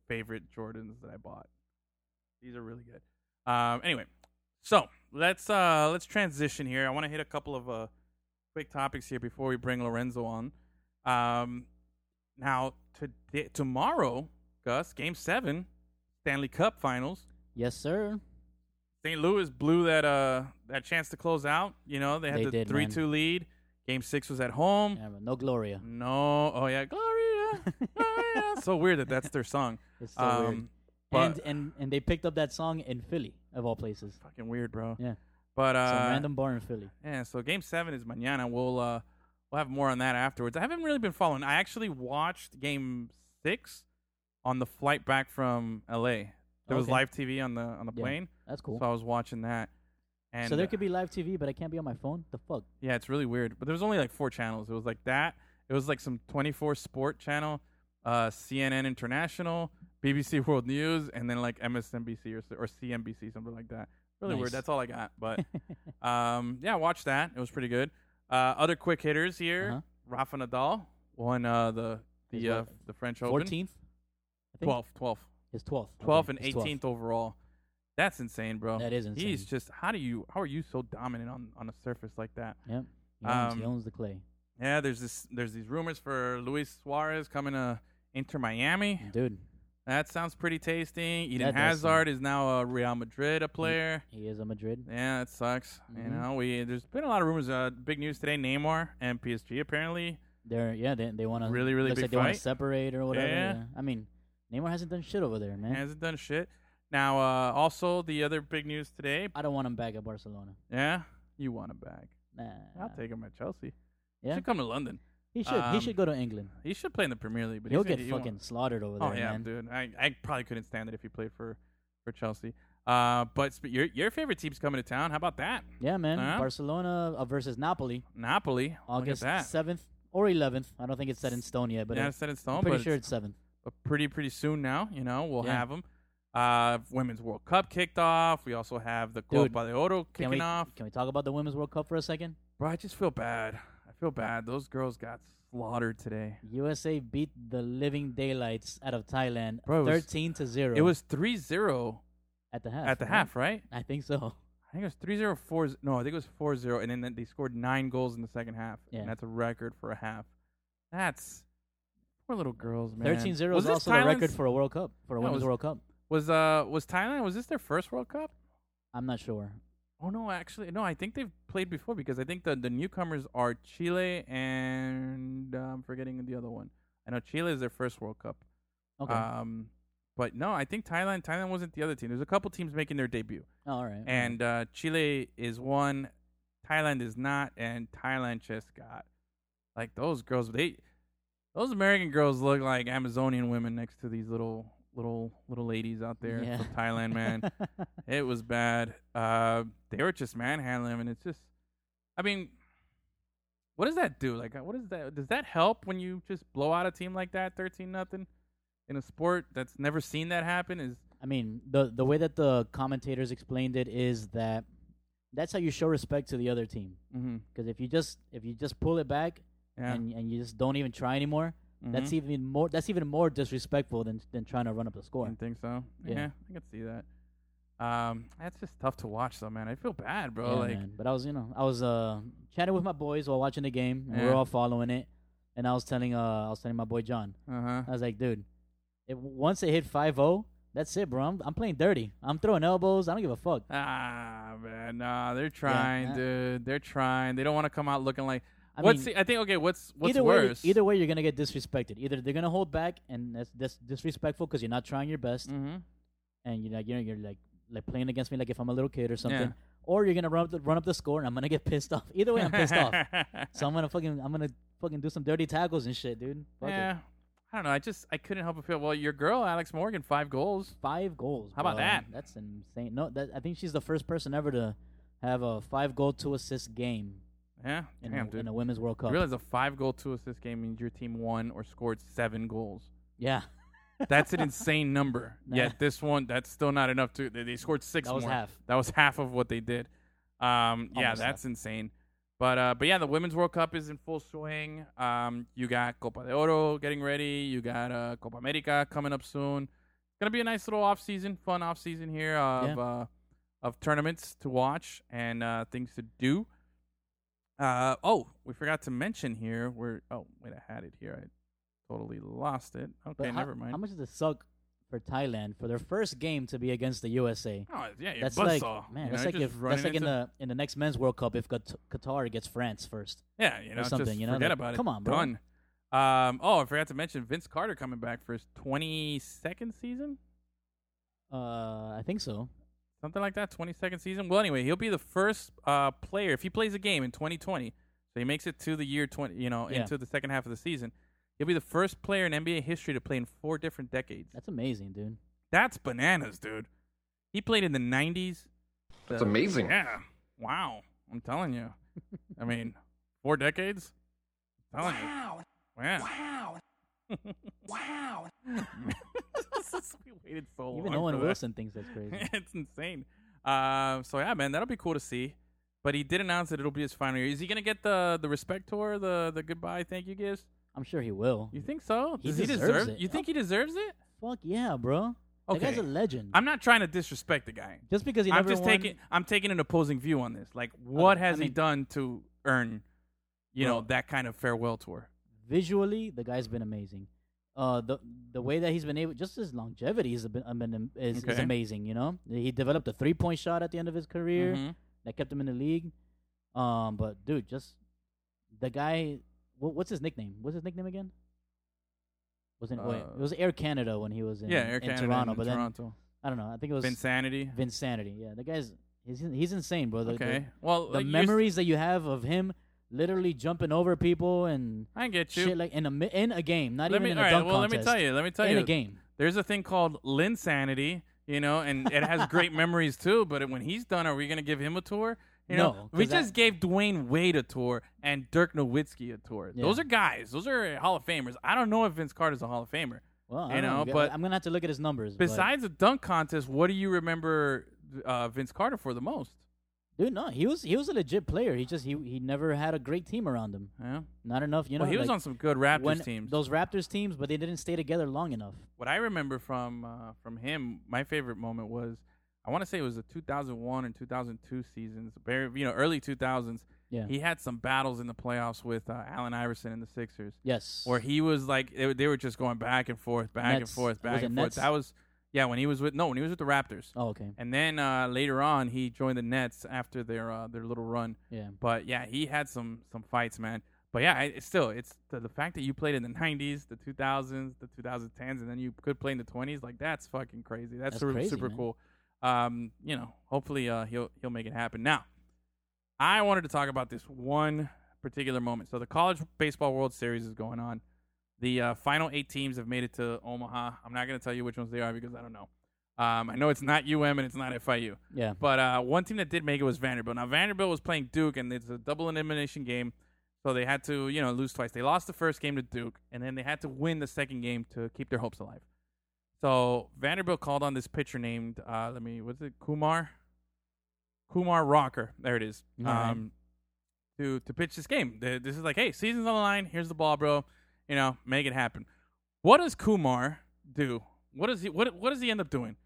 Speaker 7: favorite Jordans that I bought. These are really good. Um, anyway, so let's uh, let's transition here. I want to hit a couple of uh, quick topics here before we bring Lorenzo on. Um, now today, tomorrow, Gus, Game Seven, Stanley Cup Finals.
Speaker 6: Yes, sir.
Speaker 7: St. Louis blew that uh that chance to close out. You know they had
Speaker 6: They
Speaker 7: the
Speaker 6: did, man.
Speaker 7: three two lead. Game Six was at home.
Speaker 6: Yeah, but no Gloria.
Speaker 7: No. Oh yeah, Gloria. Gloria. so weird that that's their song.
Speaker 6: It's so weird.
Speaker 7: Um, but-
Speaker 6: and and and they picked up that song in Philly of all places.
Speaker 7: Fucking weird, bro.
Speaker 6: Yeah.
Speaker 7: But uh,
Speaker 6: Some random bar in Philly.
Speaker 7: yeah. So game seven is mañana. We'll uh, we'll have more on that afterwards. I haven't really been following. I actually watched game six on the flight back from L.A. There was
Speaker 6: Okay.
Speaker 7: live TV on the on the
Speaker 6: Yeah,
Speaker 7: plane,
Speaker 6: That's cool.
Speaker 7: so I was watching that. And
Speaker 6: so there
Speaker 7: uh,
Speaker 6: could be live TV, but I can't be on my phone. The fuck.
Speaker 7: Yeah, it's really weird. But there was only like four channels. It was like that. It was like some 24 Sport channel, uh, CNN International, BBC World News, and then like MSNBC or, or CNBC, something like that. Really
Speaker 6: Nice.
Speaker 7: weird. That's all I got. But um, yeah, watch that. It was pretty good. Uh, other quick hitters here:
Speaker 6: Uh-huh.
Speaker 7: Rafa Nadal won uh, the
Speaker 6: His
Speaker 7: the uh,
Speaker 6: what?
Speaker 7: the French Open.
Speaker 6: Fourteenth.
Speaker 7: 12th, 12th,
Speaker 6: His twelfth.
Speaker 7: 12th and 18th overall. That's insane, bro.
Speaker 6: That is insane.
Speaker 7: He's just how do you how are you so dominant on on a surface like that?
Speaker 6: Yep. He owns, he
Speaker 7: Um,
Speaker 6: owns the clay.
Speaker 7: Yeah, there's this there's these rumors for Luis Suarez coming to Inter Miami.
Speaker 6: Dude,
Speaker 7: That sounds pretty tasty. Eden
Speaker 6: That does sound-
Speaker 7: Hazard is now a Real Madrid a player.
Speaker 6: he is a Madrid.
Speaker 7: Yeah, it sucks. You
Speaker 6: Mhm.
Speaker 7: know, we there's been a lot of rumors. Uh, big news today: Neymar and PSG apparently.
Speaker 6: They're yeah, they they want to
Speaker 7: Really, really
Speaker 6: looks
Speaker 7: big
Speaker 6: like they want
Speaker 7: fight.
Speaker 6: to separate or whatever.
Speaker 7: Yeah.
Speaker 6: Yeah. I mean, Neymar hasn't done shit over there, man.
Speaker 7: hasn't done shit. Now, uh, also the other big news today.
Speaker 6: I don't want him back at Barcelona.
Speaker 7: Yeah, you want him back?
Speaker 6: Nah.
Speaker 7: I'll take him at Chelsea.
Speaker 6: Yeah.
Speaker 7: should come to London.
Speaker 6: He should he
Speaker 7: Um,
Speaker 6: should go to England.
Speaker 7: He should play in the Premier League, but he
Speaker 6: He'll
Speaker 7: said
Speaker 6: get
Speaker 7: he won't.
Speaker 6: fucking slaughtered over there,
Speaker 7: oh yeah,
Speaker 6: man.
Speaker 7: dude. I, I probably couldn't stand it if he played for for Chelsea. Uh, but sp- your your favorite team's coming to town. How about that?
Speaker 6: Yeah, man.
Speaker 7: Huh?
Speaker 6: Barcelona uh, versus Napoli,
Speaker 7: Napoli.
Speaker 6: August
Speaker 7: Look at that.
Speaker 6: seventh or eleventh. I don't think it's set in stone yet, but
Speaker 7: yeah,
Speaker 6: it-
Speaker 7: it's set in
Speaker 6: I'm
Speaker 7: stone,
Speaker 6: pretty
Speaker 7: but
Speaker 6: sure
Speaker 7: it's,
Speaker 6: it's seventh.
Speaker 7: but pretty pretty soon now. You know, we'll
Speaker 6: Yeah.
Speaker 7: have them. Uh, Women's World Cup kicked off. We also have the
Speaker 6: Dude,
Speaker 7: Copa de Oro
Speaker 6: Can
Speaker 7: kicking
Speaker 6: we
Speaker 7: off.
Speaker 6: can we talk about the Women's World Cup for a second?
Speaker 7: Bro, I just feel bad. I feel bad. Those girls got slaughtered today.
Speaker 6: USA beat the living daylights out of Thailand,
Speaker 7: Bro, it was-
Speaker 6: thirteen to zero.
Speaker 7: It was 3-0
Speaker 6: at the half.
Speaker 7: at the
Speaker 6: right?
Speaker 7: half, right?
Speaker 6: I think so.
Speaker 7: I think it was 3 0, 4 No, I think it was 4 0. And then they scored nine goals in the second half.
Speaker 6: Yeah.
Speaker 7: And that's a record for a half. That's. Poor little girls, man.
Speaker 6: 13 0
Speaker 7: Was
Speaker 6: is
Speaker 7: this
Speaker 6: also the record
Speaker 7: Thailand's-
Speaker 6: for a World Cup, for a
Speaker 7: Yeah, it
Speaker 6: Women's
Speaker 7: was-
Speaker 6: World Cup.
Speaker 7: Was, uh, was Thailand. Was this their first World Cup?
Speaker 6: I'm not sure.
Speaker 7: Oh, no, actually. No, I think they've played before because I think the, the newcomers are Chile and. Uh, I'm forgetting the other one. I know Chile is their first World Cup.
Speaker 6: Okay.
Speaker 7: Um, but no, I think Thailand. Thailand wasn't the other team. There's a couple teams making their debut.
Speaker 6: Oh, all right.
Speaker 7: and uh, Chile is one, Thailand is not, and Thailand just got like those girls. They those American girls look like Amazonian women next to these little little little ladies out there
Speaker 6: Yeah.
Speaker 7: from Thailand. Man, it was bad. Uh, they were just manhandling, 'em, and it's just, I mean. What does that do? Like, what is that? Does that help when you just blow out a team like that, thirteen nothing, in a sport that's never seen that happen? Is
Speaker 6: I mean, the the way that the commentators explained it is that that's how you show respect to the other team.
Speaker 7: mm-hmm,
Speaker 6: Because if you just if you just pull it back
Speaker 7: yeah,
Speaker 6: and and you just don't even try anymore,
Speaker 7: mhm.
Speaker 6: that's even more that's even more disrespectful than than trying to run up the score.
Speaker 7: You think so? Yeah.
Speaker 6: Yeah.
Speaker 7: I can see that. Um, that's just tough to watch, though, man. I feel bad, bro.
Speaker 6: Yeah,
Speaker 7: like,
Speaker 6: man. But I was, you know, I was uh chatting with my boys while watching the game, and we
Speaker 7: Yeah.
Speaker 6: we're all following it. And I was telling uh I was telling my boy John,
Speaker 7: uh
Speaker 6: I
Speaker 7: huh.
Speaker 6: was like, dude, if once it hit 5-0, that's it, bro. I'm, I'm playing dirty. I'm throwing elbows. I don't give a fuck.
Speaker 7: Ah, man, nah, they're trying,
Speaker 6: uh,
Speaker 7: dude. They're trying. They don't want to come out looking like.
Speaker 6: I
Speaker 7: what's
Speaker 6: mean,
Speaker 7: the, I think okay. What's what's
Speaker 6: either
Speaker 7: worse?
Speaker 6: way, either way, you're gonna get disrespected. Either they're gonna hold back, and that's, that's disrespectful because you're not trying your best,
Speaker 7: Mm-hmm.
Speaker 6: and you're like you're, you're like like playing against me like if I'm a little kid or something.
Speaker 7: Yeah.
Speaker 6: Or you're gonna run up the, run up the score, and I'm gonna get pissed off. Either way, I'm pissed off. So I'm gonna fucking I'm gonna fucking do some dirty tackles and shit, dude. Fuck it.
Speaker 7: yeah. I don't know. I just I couldn't help but feel. Well, your girl Alex Morgan, five goals.
Speaker 6: Five goals.
Speaker 7: How about
Speaker 6: bro.
Speaker 7: that?
Speaker 6: That's insane. No, that, I think she's the first person ever to have a five goal, two assist game
Speaker 7: Yeah,
Speaker 6: in,
Speaker 7: damn,
Speaker 6: a,
Speaker 7: dude.
Speaker 6: in a women's World
Speaker 7: You
Speaker 6: Cup.
Speaker 7: realize a five goal, two assist game means your team won or scored seven goals.
Speaker 6: Yeah,
Speaker 7: That's an insane number.
Speaker 6: Nah.
Speaker 7: Yet this one, that's still not enough to. They, they scored six.
Speaker 6: That was
Speaker 7: more.
Speaker 6: half.
Speaker 7: That was half of what they did. Um, yeah,
Speaker 6: Almost
Speaker 7: that's
Speaker 6: half.
Speaker 7: insane. But uh, but yeah, the women's World Cup is in full swing. Um, you got Copa de Oro getting ready. You got uh, Copa America coming up soon. Gonna be a nice little off season, fun off season here of
Speaker 6: Yeah.
Speaker 7: uh, of tournaments to watch and uh, things to do. Uh, oh, we forgot to mention here. We're oh wait, I had it here. I totally lost it.
Speaker 6: but
Speaker 7: Okay,
Speaker 6: how,
Speaker 7: never mind.
Speaker 6: How much does it suck for Thailand for their first game to be against the USA?
Speaker 7: Oh yeah, your
Speaker 6: that's
Speaker 7: buzzsaw.
Speaker 6: like man,
Speaker 7: you
Speaker 6: that's
Speaker 7: know,
Speaker 6: like
Speaker 7: just
Speaker 6: if
Speaker 7: running
Speaker 6: that's like in
Speaker 7: into-
Speaker 6: the in the next men's World Cup if Qat- Qatar gets France first.
Speaker 7: yeah, you know,
Speaker 6: something,
Speaker 7: Just
Speaker 6: you know,
Speaker 7: forget
Speaker 6: like,
Speaker 7: about it.
Speaker 6: come on, bro.
Speaker 7: Done. Um, oh, I forgot to mention Vince Carter coming back for his 22nd season,
Speaker 6: Uh, I think so.
Speaker 7: something like that. 22nd season. Well, anyway, he'll be the first uh, player if he plays a game in 2020. So he makes it to the year 20, you know,
Speaker 6: Yeah.
Speaker 7: into the second half of the season. He'll be the first player in NBA history to play in four different decades.
Speaker 6: That's amazing, dude.
Speaker 7: That's bananas, dude. He played in the 90s. That's amazing. Yeah. Wow. I'm telling you. I mean, four decades? I'm telling wow. you. Man. Wow. wow. we waited so long.
Speaker 6: Even
Speaker 7: for
Speaker 6: Owen
Speaker 7: Oh, that.
Speaker 6: Wilson thinks that's crazy.
Speaker 7: it's insane. Um, so yeah, man, that'll be cool to see. But he did announce that it'll be his final year. Is he gonna get the the respect tour, the the goodbye, thank you gifts?
Speaker 6: I'm sure he will.
Speaker 7: You think so?
Speaker 6: He
Speaker 7: Does he
Speaker 6: deserves
Speaker 7: deserve
Speaker 6: it.
Speaker 7: You think he deserves it?
Speaker 6: Fuck yeah, bro. That guy's
Speaker 7: Okay.
Speaker 6: a legend.
Speaker 7: I'm not trying to disrespect the guy.
Speaker 6: just because he
Speaker 7: I'm
Speaker 6: never
Speaker 7: just
Speaker 6: won,
Speaker 7: taking I'm taking an opposing view on this. Like, what
Speaker 6: I
Speaker 7: has he
Speaker 6: mean-
Speaker 7: done to earn, you know,
Speaker 6: Well-
Speaker 7: that kind of farewell tour?
Speaker 6: visually, the guy's been amazing. Uh, the the way that he's been able, just his longevity has been, I mean, um, is, is
Speaker 7: Okay.
Speaker 6: amazing. You know, he developed a three point shot at the end of his career
Speaker 7: Mhm.
Speaker 6: that kept him in the league. Um, but dude, just the guy. What, what's his nickname? What's his nickname again? Wasn't wait,
Speaker 7: Uh,
Speaker 6: it was Air Canada when he was in,
Speaker 7: yeah, Air
Speaker 6: in
Speaker 7: Canada
Speaker 6: Toronto.
Speaker 7: and
Speaker 6: but
Speaker 7: Toronto.
Speaker 6: then I don't know. I think it was
Speaker 7: Insanity.
Speaker 6: Vinsanity. Yeah, the guy's he's he's insane, bro. The, the-
Speaker 7: Okay. Well,
Speaker 6: the
Speaker 7: like, you're s-
Speaker 6: memories that you have of him literally jumping over people and
Speaker 7: I get you.
Speaker 6: shit like in a mi- in a game, not
Speaker 7: let
Speaker 6: even
Speaker 7: me.
Speaker 6: in
Speaker 7: all
Speaker 6: a
Speaker 7: right.
Speaker 6: dunk
Speaker 7: well,
Speaker 6: contest.
Speaker 7: let me tell you. Let me tell
Speaker 6: in
Speaker 7: you.
Speaker 6: a game.
Speaker 7: There's a thing called Linsanity, you know, and it has great memories too. But when he's done, are we gonna give him a tour? You know,
Speaker 6: No,
Speaker 7: we
Speaker 6: 'cause that-
Speaker 7: just gave Dwayne Wade a tour and Dirk Nowitzki a tour.
Speaker 6: Yeah.
Speaker 7: Those are guys. Those are Hall of Famers. I don't know if Vince Carter's a Hall of Famer.
Speaker 6: Well, I
Speaker 7: you
Speaker 6: don't
Speaker 7: know,
Speaker 6: g-
Speaker 7: but-
Speaker 6: I'm gonna have to look at his numbers. but-
Speaker 7: Besides the dunk contest, what do you remember uh, Vince Carter for the most?
Speaker 6: dude, no, he was he was a legit player. He just he he never had a great team around him.
Speaker 7: Yeah.
Speaker 6: Not enough, you know.
Speaker 7: well, he was
Speaker 6: like,
Speaker 7: on some good Raptors
Speaker 6: when-
Speaker 7: teams.
Speaker 6: Those Raptors teams, but they didn't stay together long enough.
Speaker 7: what I remember from uh, from him, my favorite moment was I want to say it was the 2001 and 2002 seasons, very you know early 2000s.
Speaker 6: Yeah.
Speaker 7: He had some battles in the playoffs with uh, Allen Iverson and the Sixers,
Speaker 6: yes.
Speaker 7: where he was like they, were- they were just going back and forth, back and
Speaker 6: Nets.
Speaker 7: forth, back
Speaker 6: Was it
Speaker 7: and
Speaker 6: Nets?
Speaker 7: forth. That was yeah when he was with no when he was with the Raptors,
Speaker 6: oh, okay.
Speaker 7: and then uh, later on he joined the Nets after their uh, their little run.
Speaker 6: Yeah.
Speaker 7: But yeah, he had some some fights, man. But yeah, I, it's still, it's the, the fact that you played in the '90s, the 2000s, the 2010s, and then you could play in the 20s. Like that's fucking crazy. That's,
Speaker 6: That's
Speaker 7: super,
Speaker 6: crazy,
Speaker 7: super
Speaker 6: man.
Speaker 7: cool. Um, you know, hopefully uh, he'll he'll make it happen. Now, I wanted to talk about this one particular moment. So the College Baseball World Series is going on. The uh, final eight teams have made it to Omaha. I'm not going to tell you which ones they are because I don't know. Um, I know it's not UM and it's not FIU.
Speaker 6: Yeah.
Speaker 7: But uh, one team that did make it was Vanderbilt. Now Vanderbilt was playing Duke, and it's a double elimination game, so they had to you know lose twice. They lost the first game to Duke, and then they had to win the second game to keep their hopes alive. So Vanderbilt called on this pitcher named uh, let me what's it Kumar, Kumar Rocker. There it is.
Speaker 6: All right.
Speaker 7: Um, to to pitch this game. Th- This is like hey, season's on the line. Here's the ball, bro. You know, make it happen. What does Kumar do? What does he what what does he end up doing?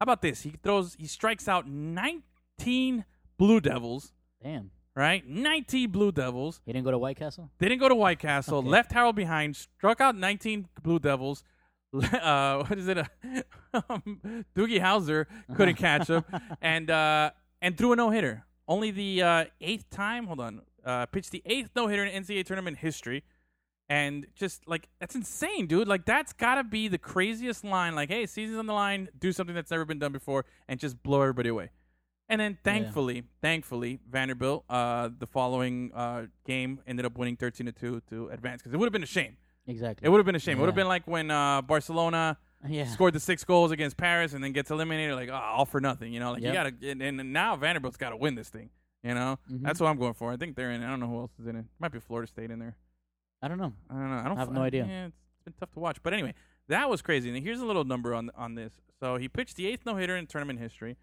Speaker 7: How about this? He throws he strikes out 19 Blue Devils,
Speaker 6: Damn.
Speaker 7: right? 19 Blue Devils.
Speaker 6: He didn't go to White Castle.
Speaker 7: They didn't go to White Castle.
Speaker 6: Okay.
Speaker 7: Left Harold behind. Struck out 19 Blue Devils. Uh, what is it? Um, Doogie Howser couldn't catch him, and uh, and threw a no hitter. Only the uh, eighth time. Hold on. Uh, pitched the eighth no hitter in NCAA tournament history, and just like that's insane, dude. Like that's gotta be the craziest line. Like, hey, season's on the line. Do something that's never been done before, and just blow everybody away. And then thankfully, thankfully, Vanderbilt, uh, the following uh, game ended up winning 13 to 2 to advance because it would have been a shame.
Speaker 6: Exactly.
Speaker 7: It would have been a shame. It would have
Speaker 6: Yeah.
Speaker 7: been like when uh, Barcelona
Speaker 6: Yeah.
Speaker 7: scored the six goals against Paris and then gets eliminated, like, oh, all "Ah, for nothing. You know, like
Speaker 6: Yep.
Speaker 7: you got to, and, and now Vanderbilt's got to win this thing. You know,
Speaker 6: Mhm.
Speaker 7: that's what I'm going for. I think they're in. I don't know who else is in it. Might be Florida State in there.
Speaker 6: I don't know.
Speaker 7: I don't know. I don't
Speaker 6: I have
Speaker 7: fi-
Speaker 6: no idea.
Speaker 7: Yeah, it's been tough to watch. But anyway, that was crazy. And here's a little number on on this. So he pitched the eighth no hitter in tournament history.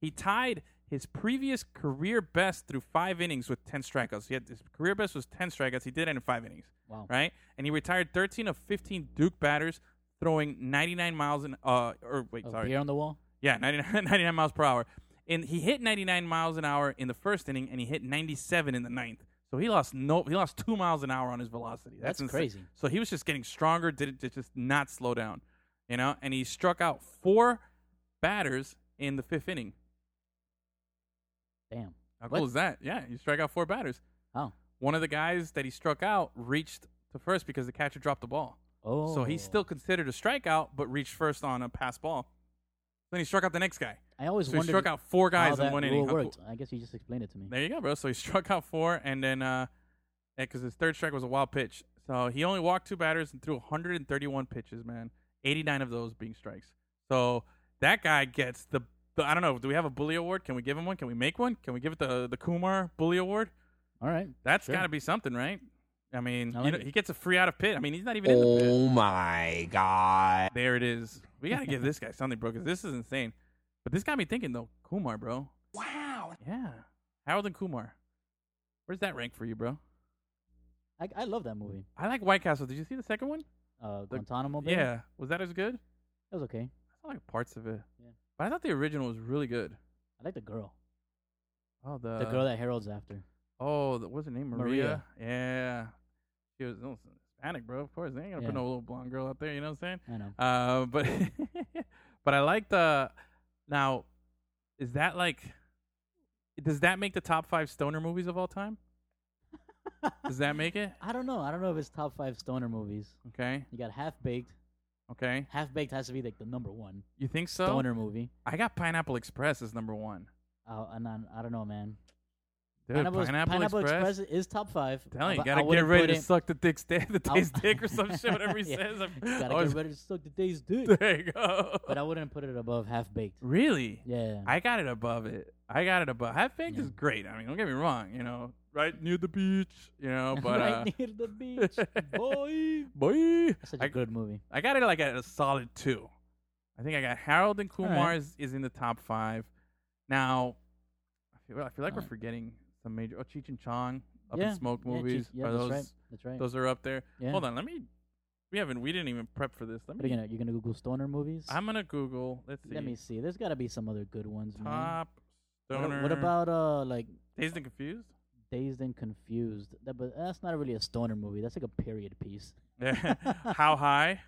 Speaker 7: He tied his previous career best through five innings with ten strikeouts. He had his career best was ten strikeouts. He did it in five innings.
Speaker 6: Wow.
Speaker 7: Right, and he retired 13 of 15 Duke batters, throwing 99 miles an uh or wait
Speaker 6: A
Speaker 7: sorry
Speaker 6: beer on the wall.
Speaker 7: yeah, 99, 99 miles per hour. And he hit 99 miles an hour in the first inning, and he hit 97 in the ninth. So he lost no, he lost two miles an hour on his velocity. That's,
Speaker 6: That's
Speaker 7: insane.
Speaker 6: crazy.
Speaker 7: So he was just getting stronger. Did it just not slow down, you know? And he struck out four batters in the fifth inning.
Speaker 6: Damn.
Speaker 7: How
Speaker 6: What?
Speaker 7: cool is that? Yeah, he struck out four batters.
Speaker 6: How?
Speaker 7: One of the guys that he struck out reached to first because the catcher dropped the ball.
Speaker 6: Oh.
Speaker 7: So he's still considered a strikeout, but reached first on a pass ball. Then he struck out the next guy.
Speaker 6: I always
Speaker 7: So he
Speaker 6: wondered
Speaker 7: struck out four
Speaker 6: how
Speaker 7: guys
Speaker 6: that
Speaker 7: in one
Speaker 6: rule
Speaker 7: inning. How cool-
Speaker 6: worked. I guess you just explained it to me.
Speaker 7: There you go, bro. So he struck out four, and then uh, because his third strike was a wild pitch, so he only walked two batters and threw 131 pitches, man. 89 of those being strikes. So that guy gets the. the- I don't know. Do we have a bully award? Can we give him one? Can we make one? Can we give it the the Kumar bully award?
Speaker 6: All right.
Speaker 7: That's
Speaker 6: Sure.
Speaker 7: got to be something, right? I mean,
Speaker 6: I
Speaker 7: you
Speaker 6: like
Speaker 7: know,
Speaker 6: it.
Speaker 7: he gets a free out of pit. I mean, he's not even in the pit.
Speaker 8: Oh my god.
Speaker 7: There it is. We got to give this guy something, bro, because this is insane. But this got me thinking, though. Kumar, bro. Wow. Yeah. Harold and Kumar. Where's that rank for you, bro?
Speaker 6: I, I love that movie.
Speaker 7: I like White Castle. Did you see the second one?
Speaker 6: Uh, Guantanamo Bay.
Speaker 7: Yeah. Was that as good?
Speaker 6: That was okay.
Speaker 7: I like parts of it.
Speaker 6: Yeah.
Speaker 7: But I thought the original was really good.
Speaker 6: I like the girl.
Speaker 7: Oh, the,
Speaker 6: The girl that Harold's after.
Speaker 7: Oh, the, what's her name? Maria.
Speaker 6: Maria.
Speaker 7: Yeah. She was no, Hispanic, bro. Of course, they ain't gonna put
Speaker 6: Yeah.
Speaker 7: no little blonde girl out there. You know what I'm saying?
Speaker 6: I know.
Speaker 7: Uh, but but I like the now. Is that like? Does that make the top five stoner movies of all time? Does that make it?
Speaker 6: I don't know. I don't know if it's top five stoner movies.
Speaker 7: Okay,
Speaker 6: You got Half Baked.
Speaker 7: okay.
Speaker 6: Half Baked has to be like the number one
Speaker 7: You think so?
Speaker 6: stoner movie.
Speaker 7: I got Pineapple Express as number one.
Speaker 6: Uh, and I, I don't know, man.
Speaker 7: Dude, Pineapple, Express.
Speaker 6: Express is top five.
Speaker 7: I'm telling you,
Speaker 6: but I
Speaker 7: gotta get
Speaker 6: wouldn't
Speaker 7: ready
Speaker 6: put
Speaker 7: to
Speaker 6: it-
Speaker 7: suck the dick's dick, the
Speaker 6: I'll-
Speaker 7: day's dick or some shit, whatever he
Speaker 6: Yeah.
Speaker 7: says. I'm
Speaker 6: Gotta
Speaker 7: always-
Speaker 6: get ready to suck the day's dick.
Speaker 7: There you go.
Speaker 6: but I wouldn't put it above Half Baked.
Speaker 7: really?
Speaker 6: Yeah.
Speaker 7: I got it above it. I got it above. Half Baked
Speaker 6: Yeah.
Speaker 7: is great. I mean, don't get me wrong. You know, right near the beach. You know, but uh,
Speaker 6: right near the beach, boy.
Speaker 7: boy.
Speaker 6: That's such a
Speaker 7: I,
Speaker 6: good movie.
Speaker 7: I got it like at a solid two. I think I got Harold and
Speaker 6: right.
Speaker 7: Kumar is, is in the top five. Now, I feel, I feel like we're
Speaker 6: Alright.
Speaker 7: forgetting some major. Oh, Cheech and Chong, Up
Speaker 6: yeah.
Speaker 7: in Smoke
Speaker 6: yeah, Cheech-
Speaker 7: movies.
Speaker 6: Yeah,
Speaker 7: are
Speaker 6: that's
Speaker 7: those
Speaker 6: right. That's right.
Speaker 7: those are up there?
Speaker 6: Yeah.
Speaker 7: Hold on, let me. We haven't. We didn't even prep for this. Let
Speaker 6: What are
Speaker 7: me.
Speaker 6: you gonna? You gonna Google stoner movies?
Speaker 7: I'm gonna Google. Let's see.
Speaker 6: Let me see. There's gotta be some other good ones, man.
Speaker 7: top
Speaker 6: What a-
Speaker 7: stoner.
Speaker 6: What about uh like
Speaker 7: Dazed and Confused?
Speaker 6: Dazed and Confused? That, but that's not really a stoner movie. That's like a period piece.
Speaker 7: Yeah. How high?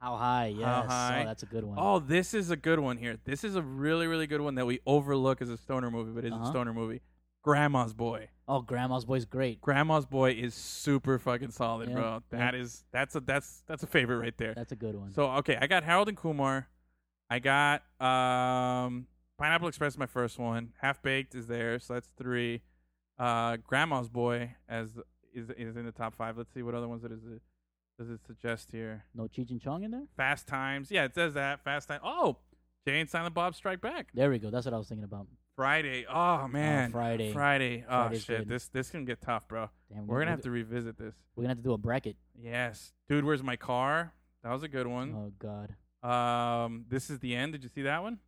Speaker 6: How high? Yes.
Speaker 7: High.
Speaker 6: Oh, that's a good one.
Speaker 7: Oh, this is a good one here. This is a really, really good one that we overlook as a stoner movie, but is a
Speaker 6: Uh-huh.
Speaker 7: stoner movie. Grandma's Boy.
Speaker 6: Oh, Grandma's Boy's great.
Speaker 7: Grandma's Boy is super fucking solid,
Speaker 6: Yeah,
Speaker 7: bro. That is that's a that's that's a favorite right there.
Speaker 6: That's a good one.
Speaker 7: So okay, I got Harold and Kumar. I got um Pineapple Express is my first one. Half Baked is there, so that's three. Uh Grandma's Boy as is is in the top five. Let's see what other ones it is it does it suggest here.
Speaker 6: no Cheech and Chong in there?
Speaker 7: Fast Times. Yeah, it says that. Fast Times. Oh, Jay and Silent Bob Strike Back.
Speaker 6: There we go. That's what I was thinking about.
Speaker 7: Friday. Oh man.
Speaker 6: Friday.
Speaker 7: Friday. Oh
Speaker 6: Friday's
Speaker 7: shit.
Speaker 6: good.
Speaker 7: This this can get tough, bro.
Speaker 6: Damn,
Speaker 7: We're gonna have
Speaker 6: we're-
Speaker 7: to revisit this.
Speaker 6: We're gonna have to do a bracket.
Speaker 7: Yes, dude. Where's my car? That was a good one.
Speaker 6: Oh God.
Speaker 7: Um, this is the end. Did you see that one?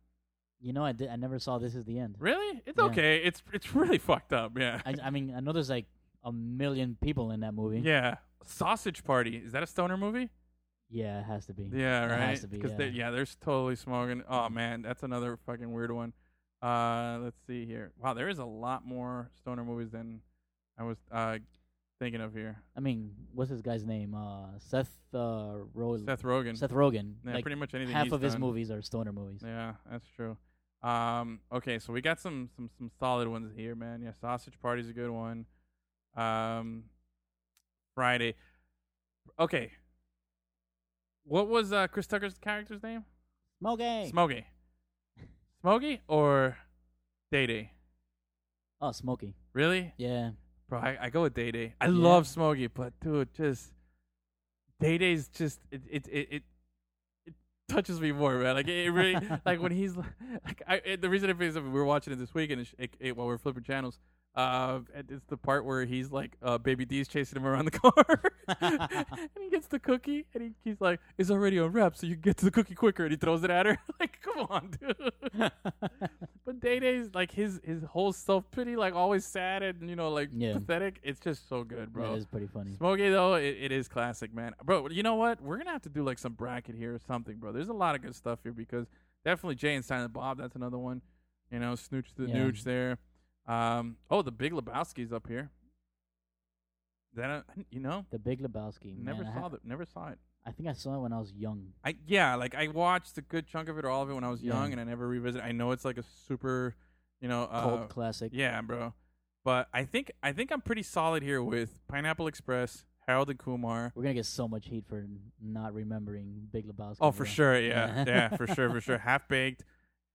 Speaker 6: You know, I did. I never saw This Is the End.
Speaker 7: Really? It's
Speaker 6: Yeah.
Speaker 7: okay. It's it's really fucked up. Yeah.
Speaker 6: I, I mean, I know there's like a million people in that movie.
Speaker 7: yeah. Sausage Party. Is that a stoner movie?
Speaker 6: Yeah, it has to be.
Speaker 7: Yeah,
Speaker 6: It
Speaker 7: right.
Speaker 6: has to be. Yeah.
Speaker 7: They, yeah, they're s- totally smoking. Oh man, that's another fucking weird one. Uh, let's see here. Wow, there is a lot more stoner movies than I was uh thinking of here.
Speaker 6: I mean, what's this guy's name? Uh, Seth uh, Rogen.
Speaker 7: Seth Rogen.
Speaker 6: Seth Rogen.
Speaker 7: yeah,
Speaker 6: like
Speaker 7: pretty much anything.
Speaker 6: half
Speaker 7: he's
Speaker 6: of his
Speaker 7: done.
Speaker 6: movies are stoner movies.
Speaker 7: Yeah, that's true. Um, okay, so we got some some some solid ones here, man. Yeah, Sausage Party's a good one. Um, Friday. Okay. What was uh, Chris Tucker's character's name?
Speaker 6: Smokey.
Speaker 7: Smokey. Smokey or Day Day?
Speaker 6: oh, Smokey.
Speaker 7: Really?
Speaker 6: Yeah.
Speaker 7: Bro, I, I go with Day Day. I
Speaker 6: Yeah.
Speaker 7: love Smokey, but dude, just Day Day's just it it it, it, it touches me more, man. Like it really, like when he's like, I, it, the reason it is we were watching it this week and it, it, it, while we are flipping channels, uh, and it's the part where he's like, uh, Baby D's chasing him around the car, and he gets the cookie, and he, he's like, it's already unwrapped, so you can get to the cookie quicker, and he throws it at her. like, come on, dude. but Day Day's like his his whole self pity, like always sad and you know like
Speaker 6: Yeah.
Speaker 7: pathetic. It's just so good, bro.
Speaker 6: That is pretty funny.
Speaker 7: Smokey though, it, it is classic, man. Bro, you know what? We're gonna have to do like some bracket here or something, bro. There's a lot of good stuff here because definitely Jay and Silent Bob, that's another one. You know, Snooch the
Speaker 6: Yeah.
Speaker 7: Nooch there. Um, oh, the Big Lebowski's up here. That uh, you know,
Speaker 6: The Big Lebowski. man,
Speaker 7: never
Speaker 6: I
Speaker 7: saw
Speaker 6: ha-
Speaker 7: that. Never saw it.
Speaker 6: I think I saw it when I was young.
Speaker 7: I yeah, like I watched a good chunk of it or all of it when I was
Speaker 6: Yeah.
Speaker 7: young, and I never revisited. I know it's like a super, you know, uh,
Speaker 6: Cult classic.
Speaker 7: yeah, bro. But I think I think I'm pretty solid here with Pineapple Express, Harold and Kumar.
Speaker 6: We're gonna get so much heat for not remembering Big Lebowski.
Speaker 7: Oh, for
Speaker 6: bro.
Speaker 7: sure, yeah, yeah, for sure, for sure. Half baked,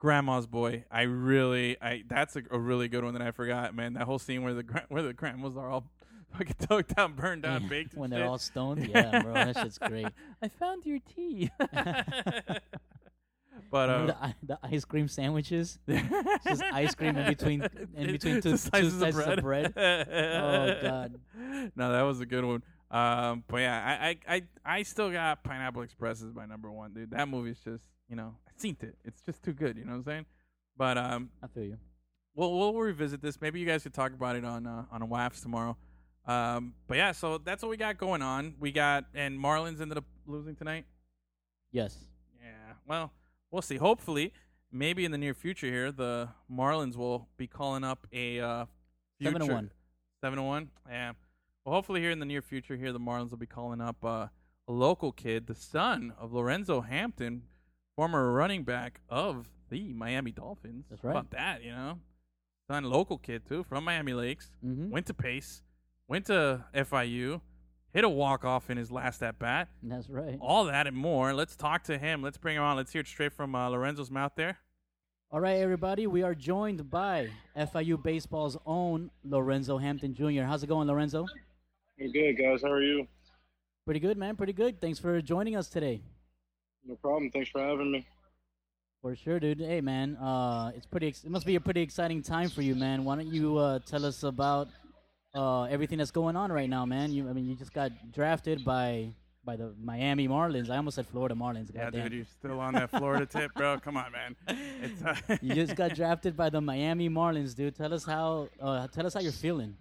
Speaker 7: Grandma's boy. I really, I that's a, a really good one that I forgot, man. That whole scene where the gra- where the grandmas are all fucking toked out, burned out,
Speaker 6: Yeah,
Speaker 7: baked, and
Speaker 6: when they're
Speaker 7: shit.
Speaker 6: all stoned. Yeah, bro, that shit's great.
Speaker 7: I found your tea. but
Speaker 6: Remember
Speaker 7: uh,
Speaker 6: the, i- the ice cream sandwiches, It's just ice cream in between in between two, two slices of bread. Oh, God.
Speaker 7: No, that was a good one. Um, but yeah, I, I, I, I still got Pineapple Express as my number one, dude. That movie's just, you know, I seen it. It's just too good. You know what I'm saying? But um,
Speaker 6: I feel you.
Speaker 7: we'll we'll revisit this. Maybe you guys could talk about it on uh, on WAFs tomorrow. Um, but yeah, so that's what we got going on. We got and Marlins ended up losing tonight.
Speaker 6: Yes.
Speaker 7: Yeah. Well, we'll see. Hopefully, maybe in the near future here, the Marlins will be calling up a uh, future,
Speaker 6: Seven to one.
Speaker 7: Seven to one. Yeah. Well, hopefully here in the near future here, the Marlins will be calling up uh, a local kid, the son of Lorenzo Hampton, former running back of the Miami Dolphins.
Speaker 6: That's
Speaker 7: How
Speaker 6: right.
Speaker 7: About that, you know, son local kid too from Miami Lakes.
Speaker 6: Mm-hmm.
Speaker 7: Went to Pace. Went to FIU. Hit a walk off in his last at bat
Speaker 6: That's right.
Speaker 7: all that and more. Let's talk to him. Let's bring him on. Let's hear it straight from uh, Lorenzo's mouth there.
Speaker 6: All right, everybody. We are joined by FIU baseball's own Lorenzo Hampton Jr. How's it going, Lorenzo?
Speaker 9: I'm good, guys. How are you?
Speaker 6: Pretty good, man. Pretty good. Thanks for joining us today.
Speaker 9: No problem. Thanks for having me.
Speaker 6: For sure, dude. Hey, man. Uh, it's pretty. Ex- it must be a pretty exciting time for you, man. Why don't you uh, tell us about uh, everything that's going on right now, man? You, I mean, you just got drafted by by the Miami Marlins. I almost said Florida Marlins.
Speaker 7: Yeah,
Speaker 6: goddamn.
Speaker 7: dude, you're still on that Florida tip, bro. Come on, man. It's, uh,
Speaker 6: you just got drafted by the Miami Marlins, dude. Tell us how. Uh, tell us how you're feeling.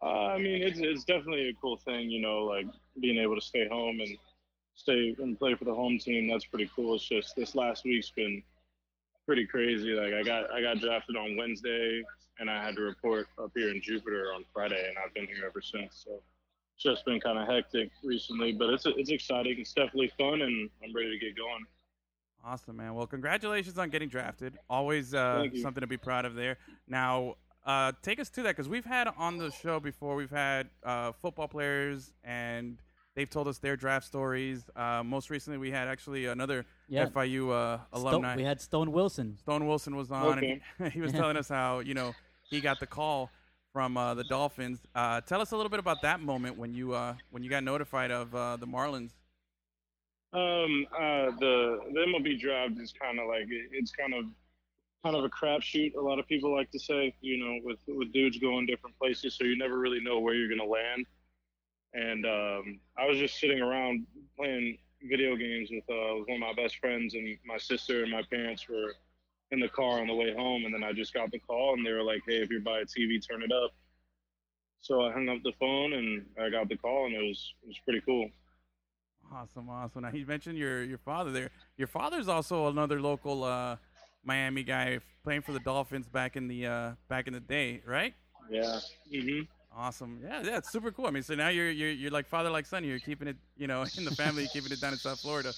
Speaker 9: Uh, I mean, it's it's definitely a cool thing, you know, like being able to stay home and stay and play for the home team. That's pretty cool. It's just this last week's been pretty crazy. Like I got I got drafted on Wednesday, and I had to report up here in Jupiter on Friday, and I've been here ever since. So it's just been kind of hectic recently, but it's it's exciting. It's definitely fun, and I'm ready to get going.
Speaker 7: awesome, man. Well, congratulations on getting drafted. Always uh,
Speaker 9: Thank you.
Speaker 7: something to be proud of there. Now, uh, take us to that because we've had on the show before, we've had uh, football players and they've told us their draft stories. Uh, most recently, we had actually another
Speaker 6: Yeah.
Speaker 7: FIU uh,
Speaker 6: Sto-
Speaker 7: alumni.
Speaker 6: we had Stone Wilson.
Speaker 7: Stone Wilson was on, and he, he was telling us how you know he got the call from uh, the Dolphins. Uh, tell us a little bit about that moment when you uh, when you got notified of uh, the Marlins.
Speaker 9: Um, uh, the the MLB draft is kind of like it- it's kind of kind of a crapshoot. A lot of people like to say, you know, with with dudes going different places, so you never really know where you're gonna land. And um, I was just sitting around playing video games with uh, with one of my best friends, and my sister and my parents were in the car on the way home, and then I just got the call, and they were like, "Hey, if you're by a TV, turn it up." So I hung up the phone, and I got the call, and it was it was pretty cool.
Speaker 7: Awesome, awesome. Now you mentioned your your father there. Your father's also another local uh, Miami guy playing for the Dolphins back in the uh, back in the day, right?
Speaker 9: Yeah. hmm
Speaker 7: Awesome. Yeah, yeah, it's super cool. I mean, so now you're you're you're like father like son. You're keeping it, you know, in the family, keeping it down in South Florida.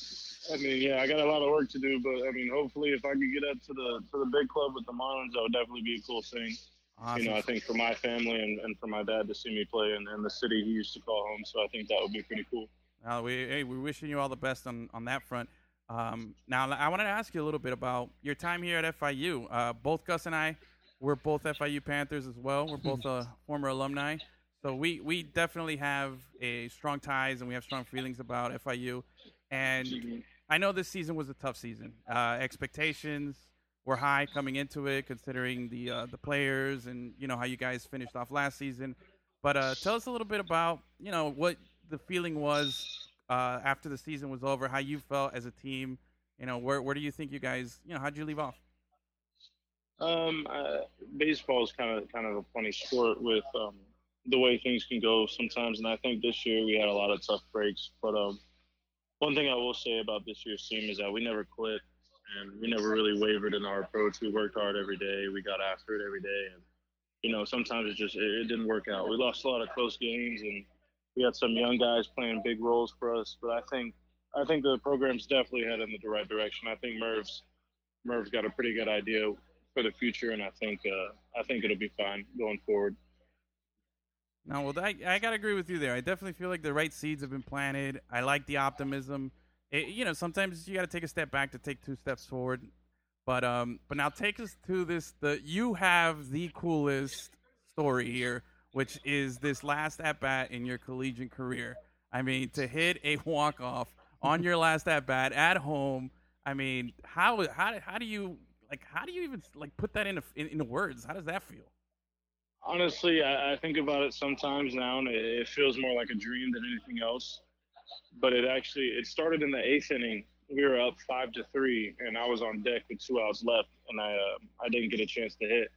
Speaker 9: I mean, yeah, I got a lot of work to do, but I mean, hopefully, if I could get up to the to the big club with the Marlins, that would definitely be a cool thing.
Speaker 7: Awesome.
Speaker 9: You know, I think for my family and, and for my dad to see me play in, in the city he used to call home, so I think that would be pretty cool.
Speaker 7: Uh, we, hey, we're wishing you all the best on, on that front. Um, now, I wanted to ask you a little bit about your time here at FIU. Uh, both Gus and I, we're both FIU Panthers as well. We're both uh, former alumni. So we, we definitely have a strong ties and we have strong feelings about FIU. And I know this season was a tough season. Uh, expectations were high coming into it, considering the uh, the players and you know how you guys finished off last season. But uh, tell us a little bit about you know what the feeling was uh, after the season was over, how you felt as a team. You know where where do you think you guys you know how'd you leave off?
Speaker 9: Um, uh, baseball is kind of kind of a funny sport with um, the way things can go sometimes, and I think this year we had a lot of tough breaks. But um, one thing I will say about this year's team is that we never quit, and we never really wavered in our approach. We worked hard every day. We got after it every day, and you know sometimes it just it, it didn't work out. We lost a lot of close games, and we had some young guys playing big roles for us. But I think I think the program's definitely headed in the right direction. I think Merv's Merv's got a pretty good idea for the future, and I think uh, I think it'll be fine going forward.
Speaker 7: No, well, I, I gotta agree with you there. I definitely feel like the right seeds have been planted. I like the optimism. It, you know, sometimes you gotta take a step back to take two steps forward. But um, but now take us to this. The you have the coolest story here, which is this last at bat in your collegiate career. I mean, to hit a walk off on your last at bat at home. I mean, how how how do you like? How do you even like put that into in, into words? How does that feel?
Speaker 9: Honestly, I, I think about it sometimes now, and it, it feels more like a dream than anything else. But it actually it started in the eighth inning. We were up five to three, and I was on deck with two outs left, and I uh, I didn't get a chance to hit.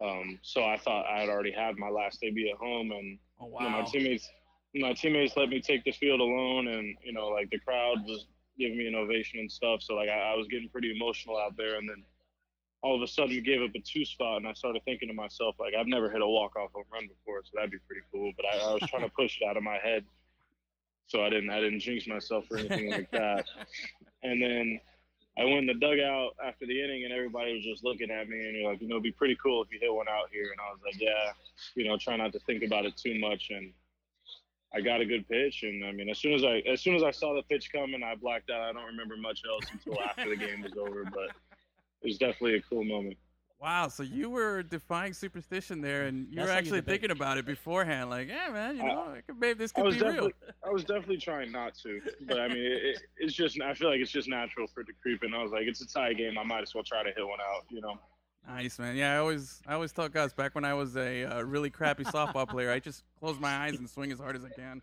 Speaker 9: Um, so I thought I had already had my last debut at home, and
Speaker 7: Oh
Speaker 9: you know, my
Speaker 7: wow!
Speaker 9: teammates, my teammates let me take the field alone, and you know, like the crowd was giving me an ovation and stuff. So like I, I was getting pretty emotional out there, and then all of a sudden we gave up a two spot, and I started thinking to myself like I've never hit a walk off home run before, so that'd be pretty cool. But I, I was trying to push it out of my head, so I didn't I didn't jinx myself or anything like that. And then I went in the dugout after the inning, and everybody was just looking at me, and you're like, you know, it'd be pretty cool if you hit one out here. And I was like, yeah, you know, try not to think about it too much. And I got a good pitch, and I mean, as soon as I as soon as I saw the pitch coming, I blacked out. I don't remember much else until after the game was over, but it was definitely a cool moment.
Speaker 7: Wow, so you were defying superstition there, and you
Speaker 6: That's
Speaker 7: were
Speaker 6: how you
Speaker 7: actually
Speaker 6: debate.
Speaker 7: thinking about it beforehand. Like, yeah, man, you
Speaker 9: I-
Speaker 7: know, it could, maybe this
Speaker 9: I
Speaker 7: could
Speaker 9: was
Speaker 7: be real.
Speaker 9: definitely I was definitely trying not to, but I mean, it, it, it's just I feel like it's just natural for it to creep in. I was like, it's a tie game. I might as well try to hit one out, you know.
Speaker 7: Nice, man. Yeah, I always, I always tell guys back when I was a uh, really crappy softball player, I just close my eyes and swing as hard as I can.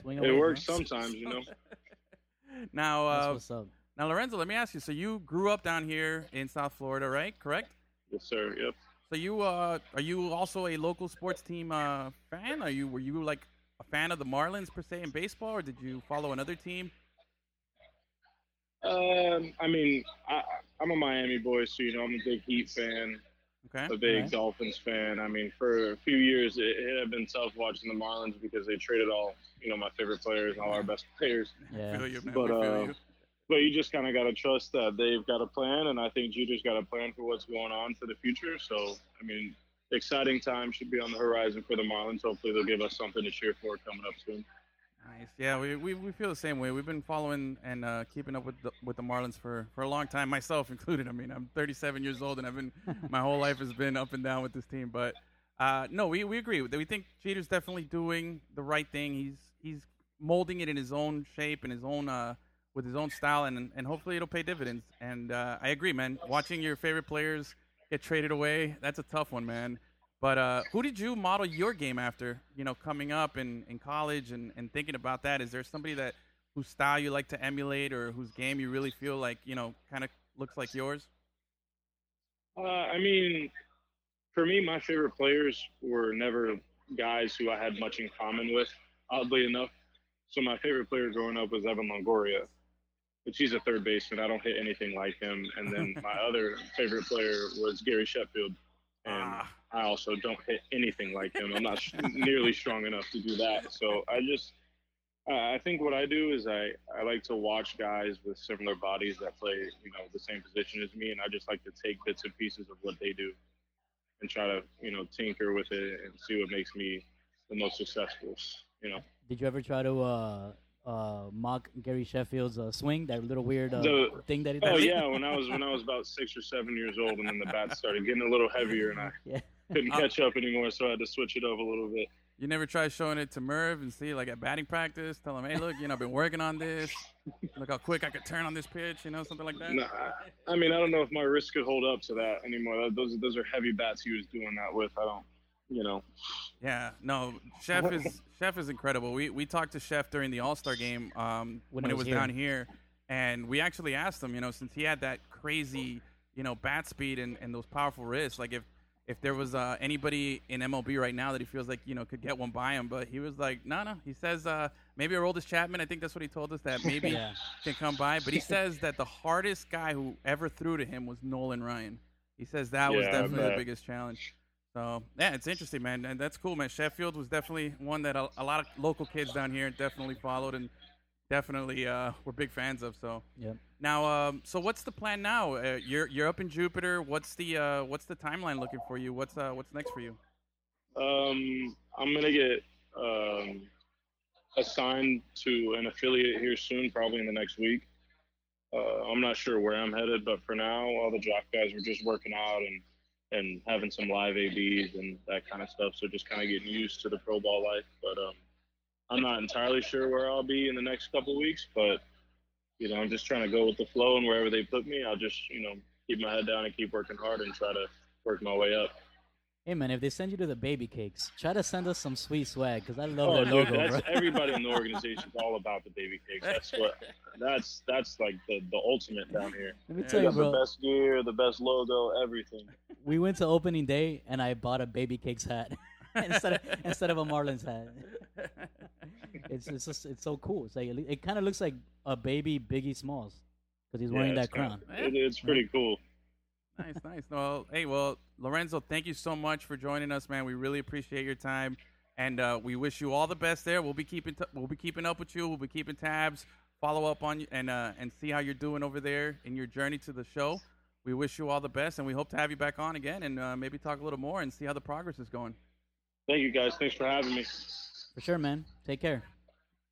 Speaker 6: Swing
Speaker 9: It
Speaker 6: away,
Speaker 9: works
Speaker 6: man.
Speaker 9: sometimes, you know.
Speaker 7: now,
Speaker 6: That's
Speaker 7: uh,
Speaker 6: what's up.
Speaker 7: now, Lorenzo, let me ask you. So you grew up down here in South Florida, right? Correct.
Speaker 9: Yes, sir. Yep.
Speaker 7: So you, uh, are you also a local sports team uh, fan? Are you, were you like a fan of the Marlins per se in baseball, or did you follow another team?
Speaker 9: Um, I mean, I, I'm a Miami boy, so you know I'm a big Heat fan,
Speaker 7: Okay.
Speaker 9: a big
Speaker 6: Right.
Speaker 9: Dolphins fan. I mean, for a few years it, it had been tough watching the Marlins because they traded all you know my favorite players, all our best players.
Speaker 6: Yeah.
Speaker 7: Feel you, man.
Speaker 9: But,
Speaker 7: we feel
Speaker 9: uh,
Speaker 7: you.
Speaker 9: But you just kind of got to trust that they've got a plan, and I think Jeter's got a plan for what's going on for the future. So I mean, exciting time should be on the horizon for the Marlins. Hopefully they'll give us something to cheer for coming up soon.
Speaker 7: Nice. Yeah, we, we, we feel the same way. We've been following and uh, keeping up with the, with the Marlins for, for a long time, myself included. I mean, I'm 37 years old, and I've been my whole life has been up and down with this team. But uh, no, we, we agree. We think Jeter's definitely doing the right thing. He's he's molding it in his own shape and his own uh, with his own style, and and hopefully it'll pay dividends. And uh, I agree, man. Watching your favorite players get traded away, that's a tough one, man. But uh, who did you model your game after? You know, coming up in, in college and, and thinking about that, is there somebody that whose style you like to emulate or whose game you really feel like you know kind of looks like yours?
Speaker 9: Uh, I mean, for me, my favorite players were never guys who I had much in common with, oddly enough. So my favorite player growing up was Evan Longoria, but he's a third baseman. I don't hit anything like him. And then my other favorite player was Gary Sheffield, and
Speaker 7: Ah.
Speaker 9: I also don't hit anything like him. I'm not nearly strong enough to do that. So I just, uh, I think what I do is I, I like to watch guys with similar bodies that play, you know, the same position as me. And I just like to take bits and pieces of what they do and try to, you know, tinker with it and see what makes me the most successful, you know.
Speaker 6: Did you ever try to uh, uh, mock Gary Sheffield's uh, swing? That little weird uh,
Speaker 9: The-
Speaker 6: thing that he does.
Speaker 9: Oh yeah, when I was when I was about six or seven years old, and then the bats started getting a little heavier, and I
Speaker 6: Yeah.
Speaker 9: couldn't catch up anymore, so I had to switch it up a little bit.
Speaker 7: You never try showing it to Merv and see like at batting practice, tell him, hey, look, you know, I've been working on this. Look how quick I could turn on this pitch, you know, something like that.
Speaker 9: No, I, I mean, I don't know if my wrist could hold up to that anymore. That, those those are heavy bats he was doing that with. I don't, you know.
Speaker 7: Yeah, no, Chef is Chef is incredible. We we talked to Chef during the All Star game um, when,
Speaker 6: When
Speaker 7: it
Speaker 6: he
Speaker 7: was,
Speaker 6: was here.
Speaker 7: down here, and we actually asked him, you know, since he had that crazy, you know, bat speed and, and those powerful wrists, like if if there was uh, anybody in MLB right now that he feels like you know could get one by him, but he was like, no, no. He says uh, maybe our oldest Chapman. I think that's what he told us that maybe
Speaker 6: Yeah.
Speaker 7: can come by, but he says that the hardest guy who ever threw to him was Nolan Ryan. He says that was
Speaker 9: Yeah, I
Speaker 7: definitely the
Speaker 9: bet.
Speaker 7: biggest challenge. So yeah, it's interesting, man. And that's cool, man. Sheffield was definitely one that a, a lot of local kids down here definitely followed and definitely uh, were big fans of. So
Speaker 6: Yep.
Speaker 7: now, um, so what's the plan now? Uh, you're you're up in Jupiter. What's the uh, what's the timeline looking for you? What's uh, what's next for you?
Speaker 9: Um, I'm gonna get um, assigned to an affiliate here soon, probably in the next week. Uh, I'm not sure where I'm headed, but for now, all the jock guys were just working out and and having some live ABs and that kind of stuff. So just kind of getting used to the pro ball life. But um, I'm not entirely sure where I'll be in the next couple of weeks. But you know, I'm just trying to go with the flow, and wherever they put me, I'll just you know keep my head down and keep working hard and try to work my way up.
Speaker 6: Hey man, if they send you to the baby cakes, try to send us some sweet swag because I love
Speaker 9: Oh,
Speaker 6: their
Speaker 9: dude,
Speaker 6: logo,
Speaker 9: that's
Speaker 6: bro.
Speaker 9: everybody in the organization's all about the baby cakes. That's what. That's that's like the the ultimate down here.
Speaker 6: Let me
Speaker 7: Yeah.
Speaker 6: tell
Speaker 9: They
Speaker 6: you,
Speaker 9: got the
Speaker 6: bro.
Speaker 9: best gear, the best logo, everything.
Speaker 6: We went to opening day and I bought a baby cakes hat instead of instead of a Marlins hat. It's it's just, it's so cool. It's like it, kind of looks like a baby Biggie Smalls because he's wearing
Speaker 9: Yeah,
Speaker 6: that
Speaker 9: it's kinda-
Speaker 6: crown.
Speaker 9: it- it's pretty cool.
Speaker 7: nice, nice. Well, hey, well, Lorenzo, thank you so much for joining us, man. We really appreciate your time, and uh, we wish you all the best there. We'll be keeping t- we'll be keeping up with you. We'll be keeping tabs, follow up on you, and uh, and see how you're doing over there in your journey to the show. We wish you all the best, and we hope to have you back on again, and uh, maybe talk a little more and see how the progress is going.
Speaker 9: Thank you guys. Thanks for having me.
Speaker 6: For sure, man. Take care.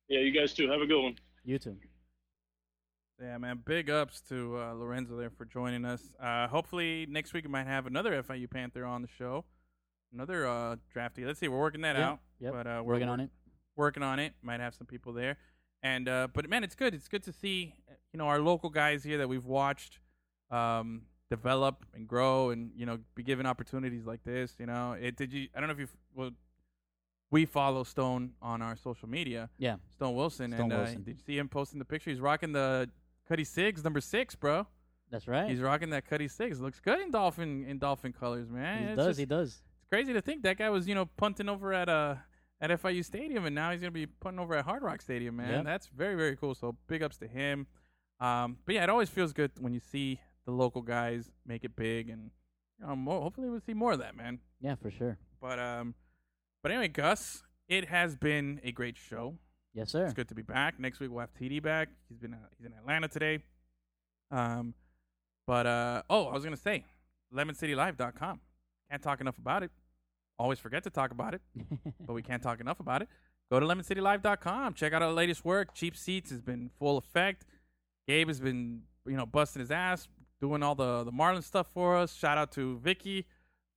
Speaker 9: Yeah, you guys too. Have a good one.
Speaker 6: You too.
Speaker 7: Yeah, man. Big ups to uh, Lorenzo there for joining us. Uh, hopefully next week we might have another FIU Panther on the show, another uh, drafty. Let's see, we're working that
Speaker 6: Yeah,
Speaker 7: out.
Speaker 6: yep.
Speaker 7: But uh, we're
Speaker 6: Working on it.
Speaker 7: working on it. Might have some people there, and uh, but man, it's good. It's good to see eh, you know our local guys here that we've watched um, develop and grow, and you know be given opportunities like this. You know, it did you? I don't know if you well, we follow Stone on our social media.
Speaker 6: Yeah.
Speaker 7: Stone Wilson,
Speaker 6: Stone
Speaker 7: and uh,
Speaker 6: Wilson.
Speaker 7: did you see him posting the picture? He's rocking the Cuddy Sigs number six, bro.
Speaker 6: That's right.
Speaker 7: He's rocking that Cuddy Sigs. Looks good in dolphin in dolphin colors, man.
Speaker 6: he
Speaker 7: It's
Speaker 6: does.
Speaker 7: just-
Speaker 6: he does.
Speaker 7: it's crazy to think that guy was, you know, punting over at uh at FIU Stadium, and now he's gonna be punting over at Hard Rock Stadium, man.
Speaker 6: Yeah.
Speaker 7: That's very very cool. So big ups to him. Um, but yeah, it always feels good when you see the local guys make it big, and you know, mo- hopefully we'll see more of that, man.
Speaker 6: Yeah, for sure.
Speaker 7: But um, but anyway, Gus, it has been a great show.
Speaker 6: Yes, sir.
Speaker 7: It's good to be back. Next week we'll have TD back. He's been uh, he's in Atlanta today. Um, but uh, oh, I was gonna say, LemonCityLive.com. Can't talk enough about it. Always forget to talk about it, but we can't talk enough about it. Go to LemonCityLive.com. Check out our latest work. Cheap seats has been full effect. Gabe has been you know busting his ass, doing all the the Marlin stuff for us. Shout out to Vicky.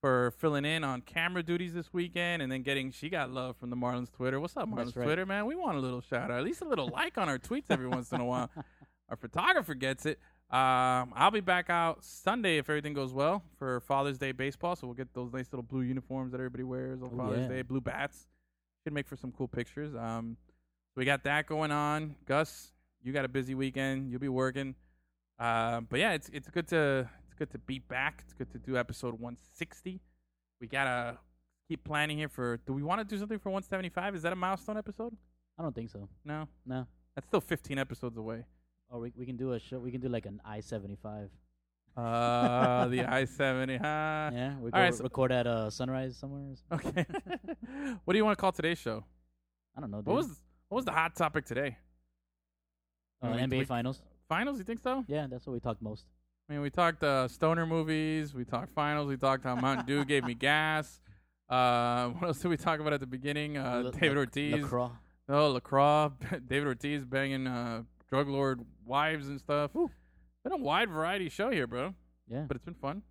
Speaker 7: For filling in on camera duties this weekend, and then getting she got love from the Marlins Twitter. What's up,
Speaker 6: That's
Speaker 7: Marlins
Speaker 6: right.
Speaker 7: Twitter? Twitter, man. We want a little shout out, at least a little like on our tweets every once in a while. Our photographer gets it. Um, I'll be back out Sunday if everything goes well for Father's Day baseball. So we'll get those nice little blue uniforms that everybody wears on
Speaker 6: Oh,
Speaker 7: Father's
Speaker 6: yeah.
Speaker 7: Day, blue bats. Should make for some cool pictures. Um, we got that going on. Gus, you got a busy weekend. You'll be working. Uh, but yeah, it's it's good to it's good to be back. It's good to do episode 160. We gotta keep planning here for. Do we want to do something for 175? Is that a milestone episode?
Speaker 6: I don't think so.
Speaker 7: No,
Speaker 6: No.
Speaker 7: that's still 15 episodes away.
Speaker 6: Or we, we can do a show. We can do like an I seventy five.
Speaker 7: Uh, the I 70. Huh?
Speaker 6: Yeah, we
Speaker 7: Ah. all
Speaker 6: go
Speaker 7: right,
Speaker 6: re-
Speaker 7: so-
Speaker 6: record at uh, sunrise somewhere. or something.
Speaker 7: Okay. what do you want to call today's show?
Speaker 6: I don't know. Dude.
Speaker 7: What was what was the hot topic today?
Speaker 6: uh,
Speaker 7: we-
Speaker 6: NBA
Speaker 7: we-
Speaker 6: Finals?
Speaker 7: Finals? You think so?
Speaker 6: Yeah, that's what we talked most.
Speaker 7: I mean, we talked uh, stoner movies. We talked finals. We talked how Mountain Dew gave me gas. Uh, what else did we talk about at the beginning? Uh,
Speaker 6: La-
Speaker 7: David
Speaker 6: La-
Speaker 7: Ortiz.
Speaker 6: Lacroix.
Speaker 7: Oh, LaCroix, David Ortiz banging uh, drug lord wives and stuff. Been a wide variety show here, bro,
Speaker 6: Yeah.
Speaker 7: but it's been fun.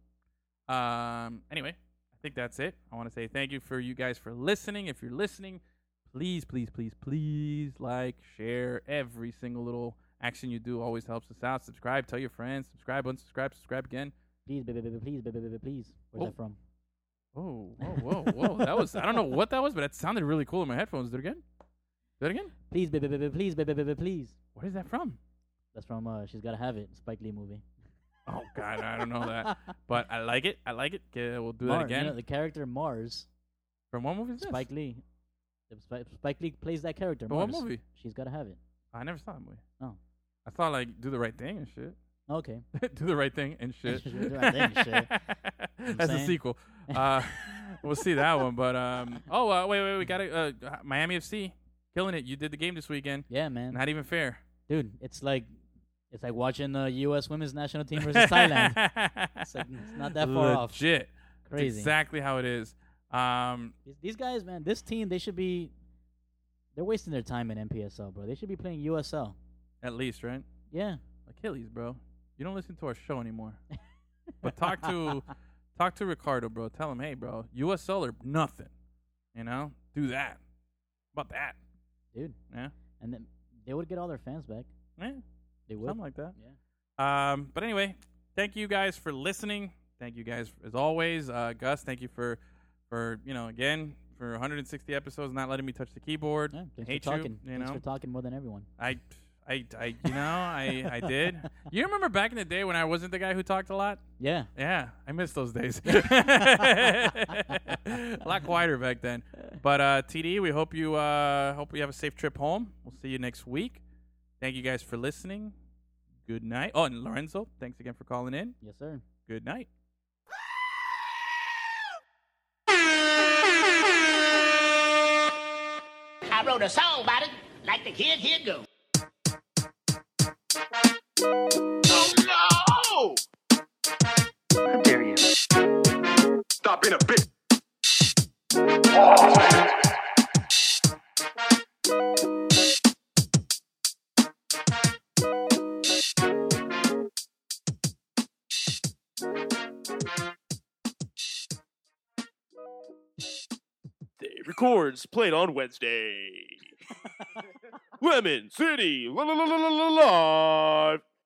Speaker 7: Um, anyway, I I think that's it. I want to say thank you for you guys for listening. If you're listening, please, please, please, please like, share every single little action you do always helps us out. Subscribe, tell your friends, subscribe, unsubscribe, subscribe again.
Speaker 6: Please, baby, baby, please, baby, baby, please.
Speaker 7: Oh.
Speaker 6: Where's that from?
Speaker 7: Whoa, whoa, whoa, whoa. That was I don't know what that was, but that sounded really cool in my headphones. Do it again? Do it again?
Speaker 6: Please, baby, baby, please, baby, baby, please.
Speaker 7: What is that from?
Speaker 6: That's from uh, She's Gotta Have It, Spike Lee movie.
Speaker 7: Oh god, I don't know that. But I like it. I like it. Okay, we'll do
Speaker 6: Mars,
Speaker 7: that again.
Speaker 6: You know, the character Mars,
Speaker 7: From what movie is this?
Speaker 6: Spike Lee. The Spi- Spike Lee plays that character.
Speaker 7: But what
Speaker 6: Mars.
Speaker 7: movie?
Speaker 6: She's Gotta Have It.
Speaker 7: I never saw that movie.
Speaker 6: Oh.
Speaker 7: I saw like do the right thing and shit.
Speaker 6: Okay.
Speaker 7: do the right thing and shit.
Speaker 6: Do the right thing and shit. I'm
Speaker 7: That's the
Speaker 6: saying.
Speaker 7: sequel. Uh, we'll see that one. But um, oh uh, wait, wait, we got to uh, Miami FC killing it. You did the game this weekend.
Speaker 6: Yeah, man.
Speaker 7: Not even fair.
Speaker 6: Dude, it's like it's like watching the U.S. women's national team versus Thailand.
Speaker 7: it's,
Speaker 6: like, it's not that far off.
Speaker 7: Legit. That's
Speaker 6: Crazy.
Speaker 7: exactly how it is. Um,
Speaker 6: These- These guys, man, this team, they should be. They're wasting their time in NPSL, bro. They should be playing USL.
Speaker 7: at least, right?
Speaker 6: Yeah.
Speaker 7: Achilles, bro. You don't listen to our show anymore. but talk to talk to Ricardo, bro. Tell him, hey, bro, USL or nothing. You know, do that. How about that,
Speaker 6: Dude.
Speaker 7: yeah,
Speaker 6: And then they would get all their fans back.
Speaker 7: yeah,
Speaker 6: They would.
Speaker 7: something like that.
Speaker 6: yeah.
Speaker 7: Um, but anyway, thank you guys for listening. Thank you guys as always. Uh, Gus, thank you for for you know again for 160 episodes, not letting me touch the keyboard.
Speaker 6: Yeah, thanks
Speaker 7: Hate
Speaker 6: for talking.
Speaker 7: you. You
Speaker 6: thanks
Speaker 7: know,
Speaker 6: for talking more than everyone.
Speaker 7: I, I, I, you know, I, I did. You remember back in the day when I wasn't the guy who talked a lot?
Speaker 6: Yeah.
Speaker 7: Yeah, I miss those days. a lot quieter back then. But uh, TD, we hope you uh, hope you have a safe trip home. We'll see you next week. Thank you guys for listening. Good night. Oh, and Lorenzo, thanks again for calling in.
Speaker 6: Yes, sir.
Speaker 7: Good night.
Speaker 10: I wrote a song about it, like the kid here go.
Speaker 5: Oh
Speaker 4: How dare you?
Speaker 5: no! Stop being a bitch.
Speaker 11: Wednesday. Records played on Wednesday. Lemon City li- li- li- li- li- Live